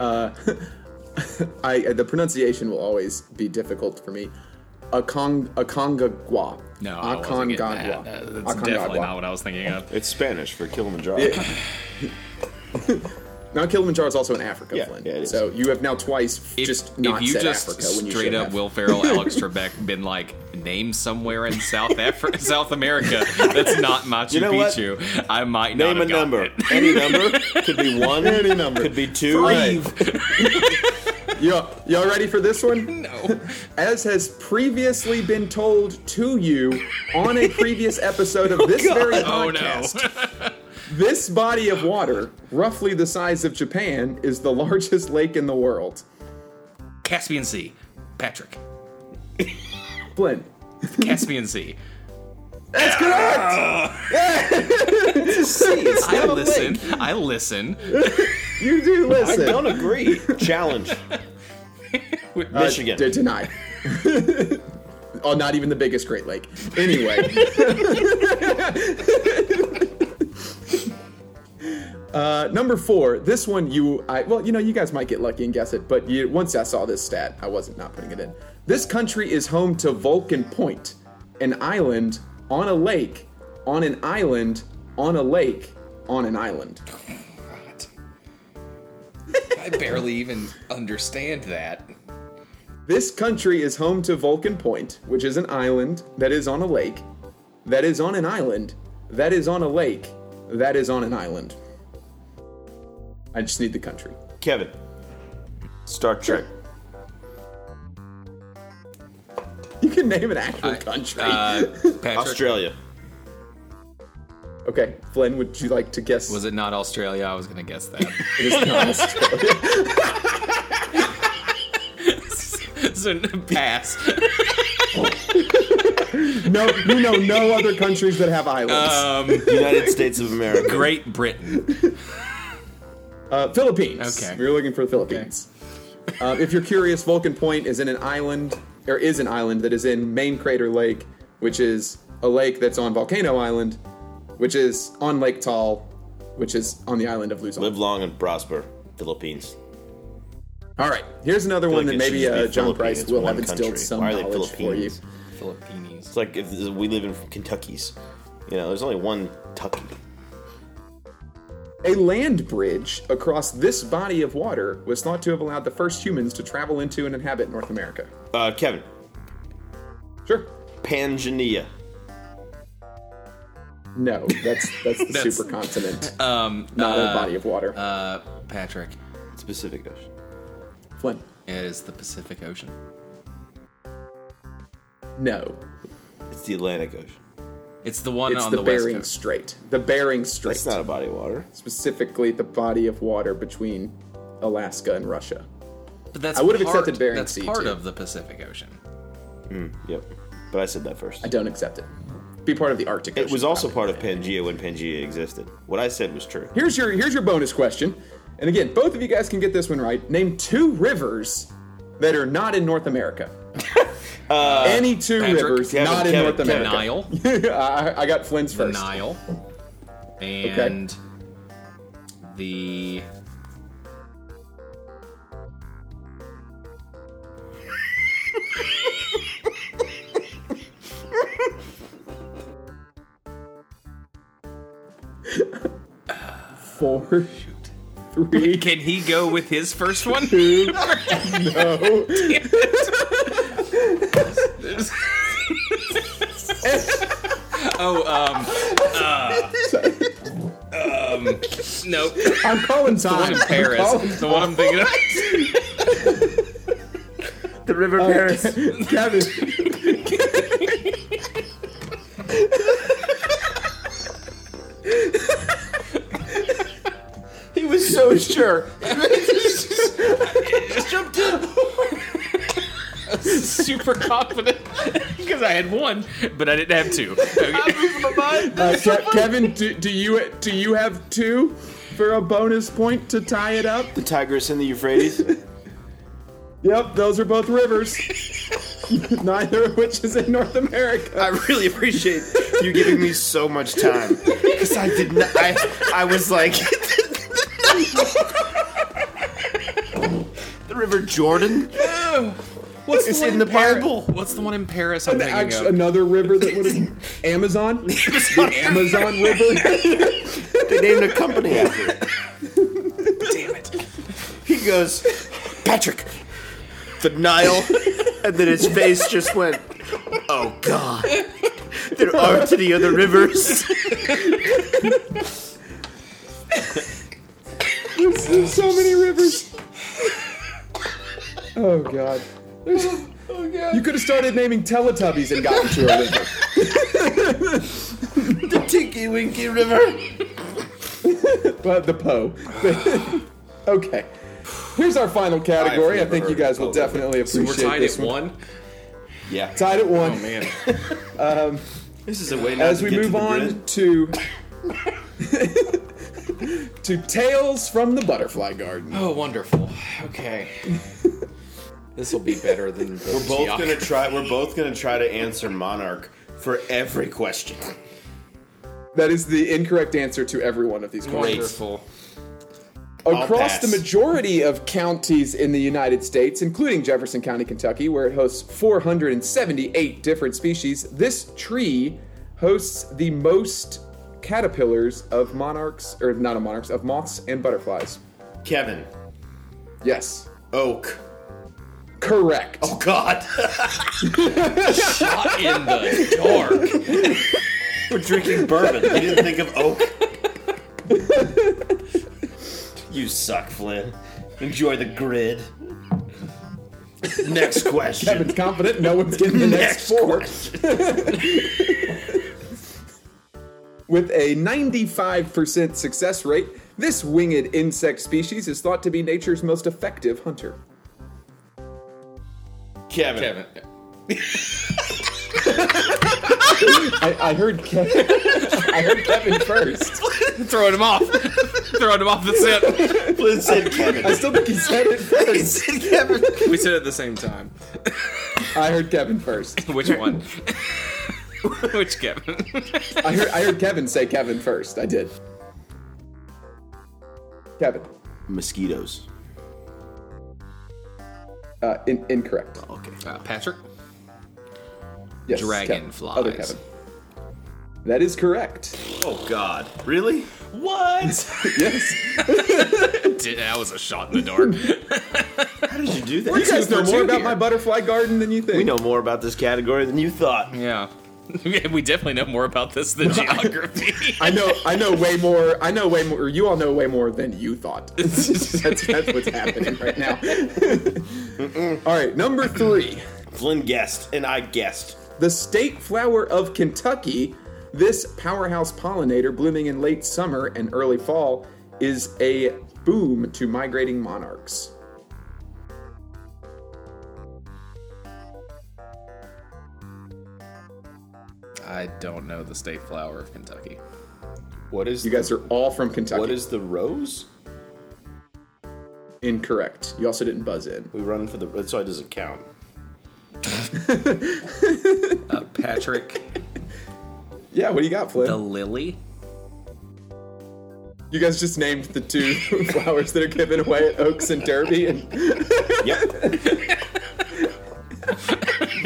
S3: I uh, the pronunciation will always be difficult for me. Akong Akongagua.
S2: No, I wasn't getting that. Uh, That's definitely not what I was thinking of.
S4: It's Spanish for Kilimanjaro.
S3: Mount Kilimanjaro is also in Africa,
S4: Yeah,
S3: Flynn.
S4: yeah, it is.
S3: So you have now twice f-
S2: If,
S3: just
S2: if
S3: not
S2: you
S3: said
S2: just
S3: Africa when you
S2: straight
S3: should
S2: up
S3: have.
S2: Will Ferrell, Alex Trebek, been like name somewhere in South Africa, South America that's not Machu
S4: You know what?
S2: Picchu, I might not
S4: Name a
S2: have gotten
S4: number.
S2: It.
S4: Any number. Could be one.
S3: Any number.
S4: Could be two.
S3: You y'all ready for this one?
S2: No.
S3: As has previously been told to you on a previous episode of this very
S2: Oh
S3: podcast,
S2: no.
S3: this body of water, roughly the size of Japan, is the largest lake in the world.
S2: Caspian Sea. Patrick.
S3: Flynn,
S2: Caspian Sea.
S4: Please,
S2: I listen. I listen.
S3: you do
S4: I
S3: listen.
S4: don't agree. Challenge. Michigan.
S3: They're denied. Uh, oh, not even the biggest Great Lake. Anyway. Uh, number four. This one, you, I, well, you know, you guys might get lucky and guess it, but you, once I saw this stat, I wasn't not putting it in. This country is home to Vulcan Point, an island on a lake, on an island, on a lake, on an island.
S2: I barely even understand that.
S3: This country is home to Vulcan Point, which is an island that is on a lake, that is on an island, that is on a lake, that is on an island. I just need the country.
S4: Kevin. Star Trek.
S3: You can name an actual
S2: I-
S3: country.
S2: Uh, Patrick,
S4: Australia.
S3: okay, Flynn, would you like to guess?
S2: was it not Australia? I was gonna guess that.
S3: it is not Australia.
S2: so pass.
S3: no, you know no other countries that have islands.
S2: Um,
S4: United States of America.
S2: Great Britain.
S3: Uh, Philippines.
S2: Okay.
S3: We were looking for the Philippines. Uh, if you're curious, Vulcan Point is in an island, or is an island that is in Main Crater Lake, which is a lake that's on Volcano Island, which is on Lake Tal, which is on the island of Luzon.
S4: Live long and prosper. Philippines.
S3: All right, here's another
S4: feel
S3: one
S4: like
S3: that
S4: it should
S3: maybe
S4: just be
S3: uh, John
S4: Philippines,
S3: Price
S4: it's
S3: will
S4: one
S3: have instilled
S4: country.
S3: some
S4: Why are they
S3: knowledge for you.
S4: Philippines?
S2: Philippines.
S4: It's like if we live in Kentucky's. You know, there's only one Tucky.
S3: A land bridge across this body of water was thought to have allowed the first humans to travel into and inhabit North America.
S4: Uh, Kevin.
S3: Sure.
S4: Pangaea.
S3: No, that's that's the
S2: That's-
S3: supercontinent,
S2: Um,
S3: not
S2: uh,
S3: a body of water.
S2: Uh, Patrick,
S4: It's Pacific Ocean.
S3: Flynn.
S2: it is the Pacific Ocean.
S3: No,
S4: It's the Atlantic Ocean.
S2: It's the one
S3: it's
S2: on
S3: the,
S2: the, west
S3: Bering
S2: coast.
S3: Strait. The Bering Strait.
S4: It's not a body of water.
S3: specifically the body of water between Alaska and Russia.
S2: But that's
S3: I would've
S2: part-
S3: accepted Bering
S2: That's
S3: Sea,
S2: part
S3: too.
S2: of the Pacific Ocean.
S4: Yep. But I said that first.
S3: I don't accept it. Be part of the Arctic.
S4: It
S3: Ocean,
S4: was also
S3: probably.
S4: part of Pangea when Pangea existed. What I said was true.
S3: Here's your here's your bonus question, and again, both of you guys can get this one right. Name two rivers that are not in North America. Any two
S2: Patrick,
S3: rivers
S4: Uh, Kevin,
S3: not in
S4: Kevin,
S3: North
S4: Kevin.
S2: The
S3: America.
S2: Nile,
S3: I, I got Flynn's
S2: the
S3: first.
S2: Nile, and the
S3: four, three,
S2: Can he go with his first one?
S3: two.
S2: Oh, um, um, no, the
S3: I'm calling time.
S2: one in
S3: Oh,
S2: Paris. The one I'm thinking of.
S8: The River Paris.
S3: Kevin.
S9: He was so sure.
S2: Just jumped in. I was Super confident because I had one, but I didn't have two. Okay.
S3: Uh, Ke- Kevin, do, do you do you have two for a bonus point to tie it up?
S4: The Tigris and the Euphrates.
S3: Yep, those are both rivers. Neither of which is in North America.
S4: I really appreciate you giving me so much time because I did not. I I was like the River Jordan.
S2: What's
S4: It's
S2: the one
S4: in the
S2: Par-
S4: Bible.
S2: What's the one in Paris? I'm thinking
S3: Actu-
S2: of?
S3: another river that would have Amazon, the Amazon River.
S4: They named a company after it.
S2: Damn it!
S4: He goes, Patrick, the Nile, and then his face just went, Oh God, there aren't any other rivers.
S3: There's so many rivers. Oh God. You could have started naming Teletubbies and gotten to a river.
S4: The Tinky Winky River.
S3: but the Poe. okay. Here's our final category. I
S4: never
S3: think you
S4: heard of
S3: guys will
S4: Poe River.
S3: definitely
S2: So
S3: appreciate
S2: we're tied
S3: this
S2: at one.
S4: Yeah,
S3: Tied at one.
S2: Oh man.
S4: this is a way.
S3: As we move on to to tales from the butterfly garden.
S2: Oh, wonderful. Okay. This will be better than the
S4: we're both gonna try. We're both gonna try to answer Monarch for every question.
S3: That is the incorrect answer to every one of these questions.
S2: Wonderful.
S3: Across
S4: pass.
S3: the majority of counties in the United States, including Jefferson County, Kentucky, where it hosts 478 different species, this tree hosts the most caterpillars of monarchs, or not of monarchs, of moths and butterflies.
S4: Kevin,
S3: Yes.
S4: Oak.
S3: Correct.
S4: Oh God,
S2: Shot in the dark.
S4: we're drinking bourbon. You didn't think of Oak. you suck, Flynn. Enjoy the grid. Next question.
S3: Kevin's confident no one's getting the next,
S4: Next
S3: four.
S4: question.
S3: With a 95% success rate, this winged insect species is thought to be nature's most effective hunter.
S4: Kevin.
S2: Kevin.
S3: I, I heard Kevin. I heard Kevin first.
S2: Throwing him off. Throwing him off the set.
S4: Flynn said Kevin.
S3: I still think he said it
S4: He
S3: first.
S4: said Kevin.
S2: We said it at the same time.
S3: I heard Kevin first.
S2: Which one? Which Kevin?
S3: I heard I heard Kevin say Kevin first. I did. Kevin,
S4: Mosquitoes.
S3: uh, in, incorrect.
S4: Okay.
S2: Uh, Patrick?
S3: Yes,
S2: Dragonflies.
S3: Kevin. Other Kevin. That is correct.
S4: Oh God. Really?
S2: What?
S3: Yes.
S2: Dude, that was a shot in the dark.
S4: How did you do that?
S3: You guys know more about
S2: here.
S3: my butterfly garden than you think.
S4: We know more about this category than you thought.
S2: yeah. we definitely know more about this than geography.
S3: I know. I know way more. I know way more. You all know way more than you thought. that's, that's what's happening right now. all right, number three.
S4: Flynn guessed, and I guessed.
S3: The state flower of Kentucky, this powerhouse pollinator blooming in late summer and early fall, is a boom to migrating monarchs.
S2: I don't know the state flower of Kentucky.
S4: What is
S3: You guys are all from Kentucky.
S4: what is the rose?
S3: incorrect? You also didn't buzz in.
S4: We run for the so it doesn't count.
S2: Uh, Patrick,
S3: Yeah, what do you got, Flynn?
S2: the lily?
S3: You guys just named the two flowers that are given away at Oaks and Derby, and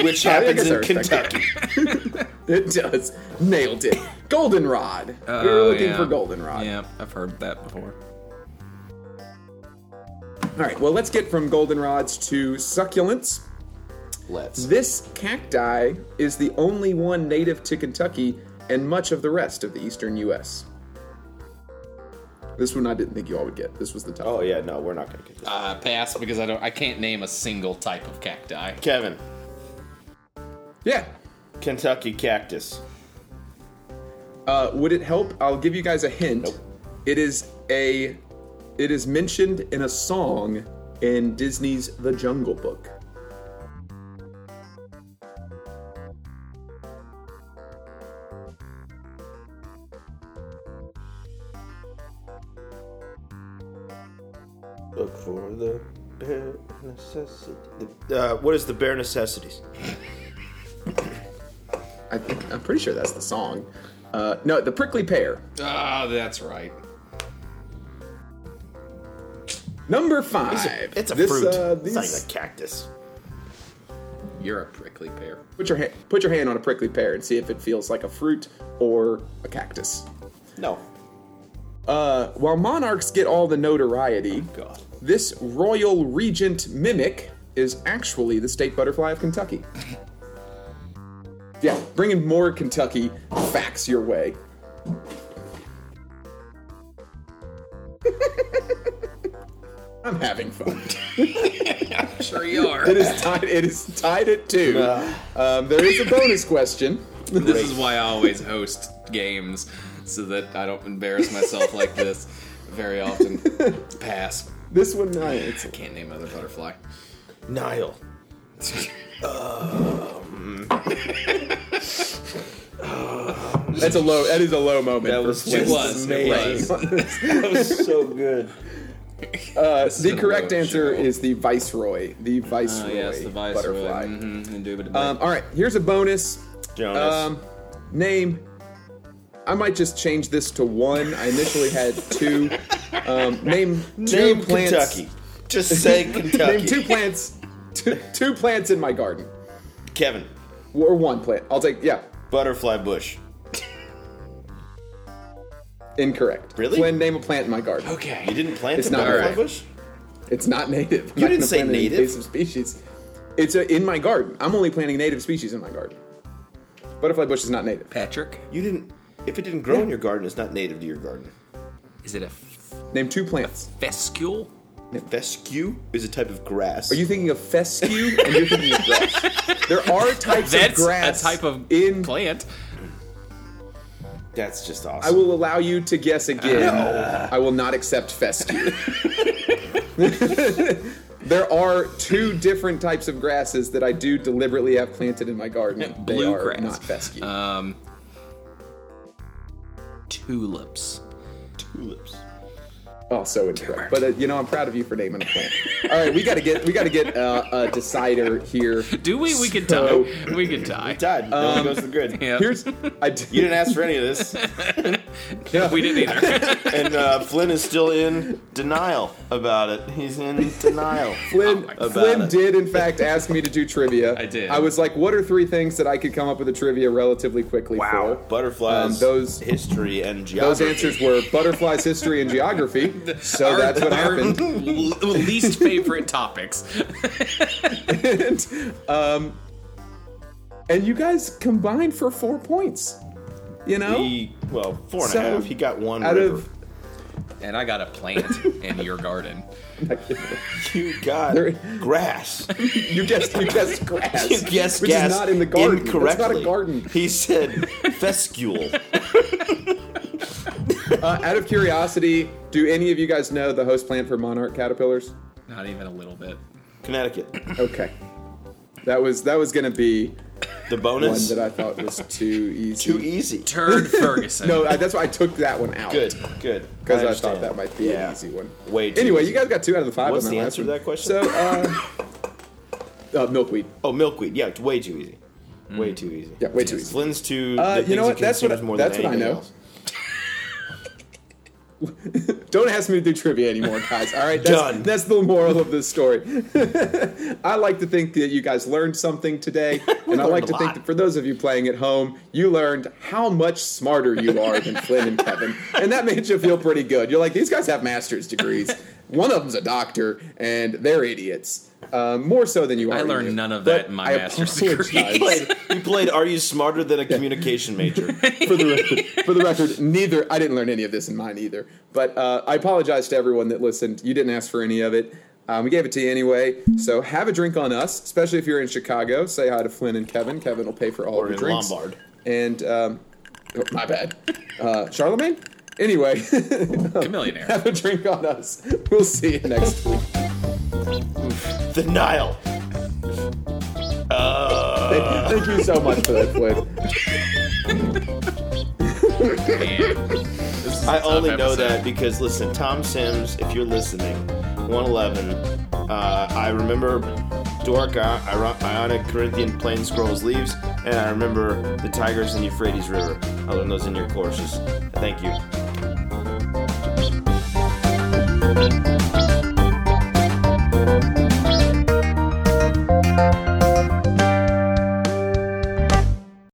S4: Which
S3: I
S4: happens
S3: guess I
S4: in
S3: respect
S4: Kentucky.
S3: It does. Nailed it. Goldenrod. we were
S2: Oh,
S3: looking
S2: yeah.
S3: for goldenrod.
S2: Yeah, I've heard that before.
S3: All right. Well, let's get from goldenrods to succulents.
S10: Let's.
S3: This cacti is the only one native to Kentucky and much of the rest of the eastern U.S. This one I didn't think you all would get. This was the top.
S4: Oh yeah, no, we're not gonna get this.
S2: Uh, pass because I don't. I can't name a single type of cacti.
S4: Kevin,
S3: Yeah.
S4: Kentucky cactus.
S3: Uh, would it help? I'll give you guys a hint. It is a. It is mentioned in a song in Disney's The Jungle Book.
S4: Look for the bare necessities. Uh, what is the bare necessities?
S3: I think, I'm pretty sure that's the song. Uh, no, the prickly pear.
S2: Ah, that's right.
S3: Number five.
S4: It's a
S3: This,
S4: fruit.
S3: uh,
S4: it's not even
S3: these-
S4: a cactus.
S2: You're a prickly pear.
S3: put your hand put your hand on a prickly pear and see if it feels like a fruit or a cactus.
S4: No.
S3: Uh, while monarchs get all the notoriety,
S2: Oh,
S4: God.
S3: this royal regent mimic is actually the state butterfly of Kentucky. yeah, bringing more Kentucky facts your way. I'm having fun.
S2: Sure you are.
S3: It is tied. It is tied at two. Um, there is a bonus question.
S2: This is why I always host games so that I don't embarrass myself like this very often. Pass.
S3: This one, uh, it's
S2: I can't name other butterfly.
S4: Nile.
S3: That's a low. That is a low moment.
S4: That
S3: for
S4: was
S3: Flint.
S2: It was. It was.
S4: That was so good.
S3: Uh, the
S2: a
S3: correct
S2: low
S3: answer
S2: show.
S3: is the viceroy. The
S4: Ah,
S3: viceroy
S2: Oh, yes, the vice
S3: butterfly.
S2: Mm-hmm, indubitably.
S3: Um, all right, here's a bonus
S4: Jonas.
S3: um, name. I might just change this to one. I initially had two. Um, name two
S4: Name
S3: plants.
S4: Kentucky. Just say
S3: Name
S4: Kentucky.
S3: two plants. Two, two plants in my garden,
S4: Kevin.
S3: or one plant. I'll take yeah.
S4: Butterfly bush.
S3: Incorrect.
S4: Really?
S3: Flynn, name a plant in my garden.
S4: You
S2: okay.
S4: didn't plant
S3: It's
S4: a
S3: not
S4: butterfly
S3: right.
S4: bush?
S3: It's not native. I'm
S4: You
S3: not
S4: didn't
S3: gonna
S4: say
S3: plant any
S4: native.
S3: invasive species. It's a, in my garden. I'm only planting native species in my garden. Butterfly bush is not native.
S2: Patrick,
S4: You didn't. If it didn't grow in your garden, it's not native to your garden.
S2: is it a
S3: Name two plants.
S2: fescule?
S4: Fescue is a type of grass.
S3: Are you thinking of fescue and you're thinking of grass? There are types
S2: That's
S3: of grass.
S2: a type of
S3: in.
S2: plant.
S4: That's just awesome.
S3: I will allow you to guess again. I will not accept fescue. there are two different types of grasses that I do deliberately have planted in my garden. they
S2: Blue
S3: are
S2: grass.
S3: not fescue.
S2: Um, tulips.
S4: Tulips.
S3: Oh, so incorrect. But uh, you know, I'm proud of you for naming a plant. All right, we got to get we got to get uh, a decider here.
S2: Do we? We could
S3: So-
S2: die. We could die.
S4: Died. No
S3: Um,
S4: one goes to the grid.
S2: Yeah.
S3: Here's I d-
S4: You didn't ask for any of this.
S2: we didn't either.
S4: And uh, Flynn is still in denial about it. He's in denial.
S3: Flynn,
S2: Oh my God.
S3: Flynn
S4: About it.
S3: did in fact ask me to do trivia.
S2: I did.
S3: I was like, what are three things that I could come up with a trivia relatively quickly for?
S4: Wow. Butterflies,
S3: Um, those-
S4: history, and geography.
S3: Those answers were butterflies, history, and geography. So
S2: Our-
S3: that's what
S2: our
S3: happened.
S2: l- least favorite topics.
S3: and, um, and you guys combined for four points. You know,
S4: He, well, four and a half.
S3: So,
S4: He got one
S3: out
S4: river.
S3: of
S2: And I got a plant in your garden.
S4: you got
S3: There-
S4: grass.
S3: you guessed you guessed grass.
S4: You guessed
S3: which
S4: gas
S3: is not in the garden. It's
S4: incorrectly.
S3: not a garden.
S4: He said fescule.
S3: Uh, out of curiosity, do any of you guys know the host plant for monarch caterpillars?
S2: Not even a little bit.
S4: Connecticut.
S3: Okay, that was that was gonna be
S4: The
S3: one
S4: bonus.
S3: that I thought was too easy.
S4: Too easy.
S2: Turd Ferguson.
S3: No, I, that's why I took that one out.
S4: Good. Good.
S3: because I,
S4: understand.
S3: thought that might be
S4: Yeah.
S3: an easy one.
S4: Way too
S3: Anyway,
S4: easy.
S3: you guys got two out of the five.
S4: What's
S3: on that
S4: the
S3: last
S4: answer to
S3: one.
S4: that question?
S3: So, uh, uh, milkweed.
S4: Oh, milkweed. Yeah, it's way too easy. Way too easy.
S3: Mm. Yeah, way too easy.
S4: Flynn's too.
S3: Uh,
S4: the
S3: you know
S4: things
S3: what? That's
S4: he
S3: what I-
S4: considers more
S3: that's
S4: than
S3: what I
S4: anything
S3: know.
S4: Else.
S3: Don't ask me to do trivia anymore, guys. All right, that's,
S4: Done.
S3: That's the moral of this story. I like to think that you guys learned something today, and I like
S4: a
S3: to think
S4: lot.
S3: that for those of you playing at home, you learned how much smarter you are than Flynn and Kevin, and that made you feel pretty good. You're like, these guys have master's degrees. One of them's a doctor, and they're idiots. Uh, more so than you are.
S2: I learned none of that in my master's
S4: You played, you played Are You Smarter Than a Communication Major?
S3: for the record, for the record, neither I didn't learn any of this in mine either. But uh, I apologize to everyone that listened. You didn't ask for any of it. Um, we gave it to you anyway. So have a drink on us, especially if you're in Chicago. Say hi to Flynn and Kevin. Kevin will pay for all
S4: Or
S3: of your
S4: in
S3: drinks.
S4: Lombard.
S3: And um, oh, my bad, uh, Charlemagne. Anyway,
S2: A millionaire.
S3: have a drink on us. We'll see you next week.
S4: the Nile. Uh,
S3: Thank you so much for that, Flynn.
S2: Man, this is a
S4: I
S2: tough
S4: only know
S2: episode.
S4: that because listen, Tom Sims, if you're listening, 111. Uh, I remember Dork I- Ion- Ionic Corinthian Plain Scrolls leaves, and I remember the Tigers and Euphrates River. I learned those in your courses. Thank you.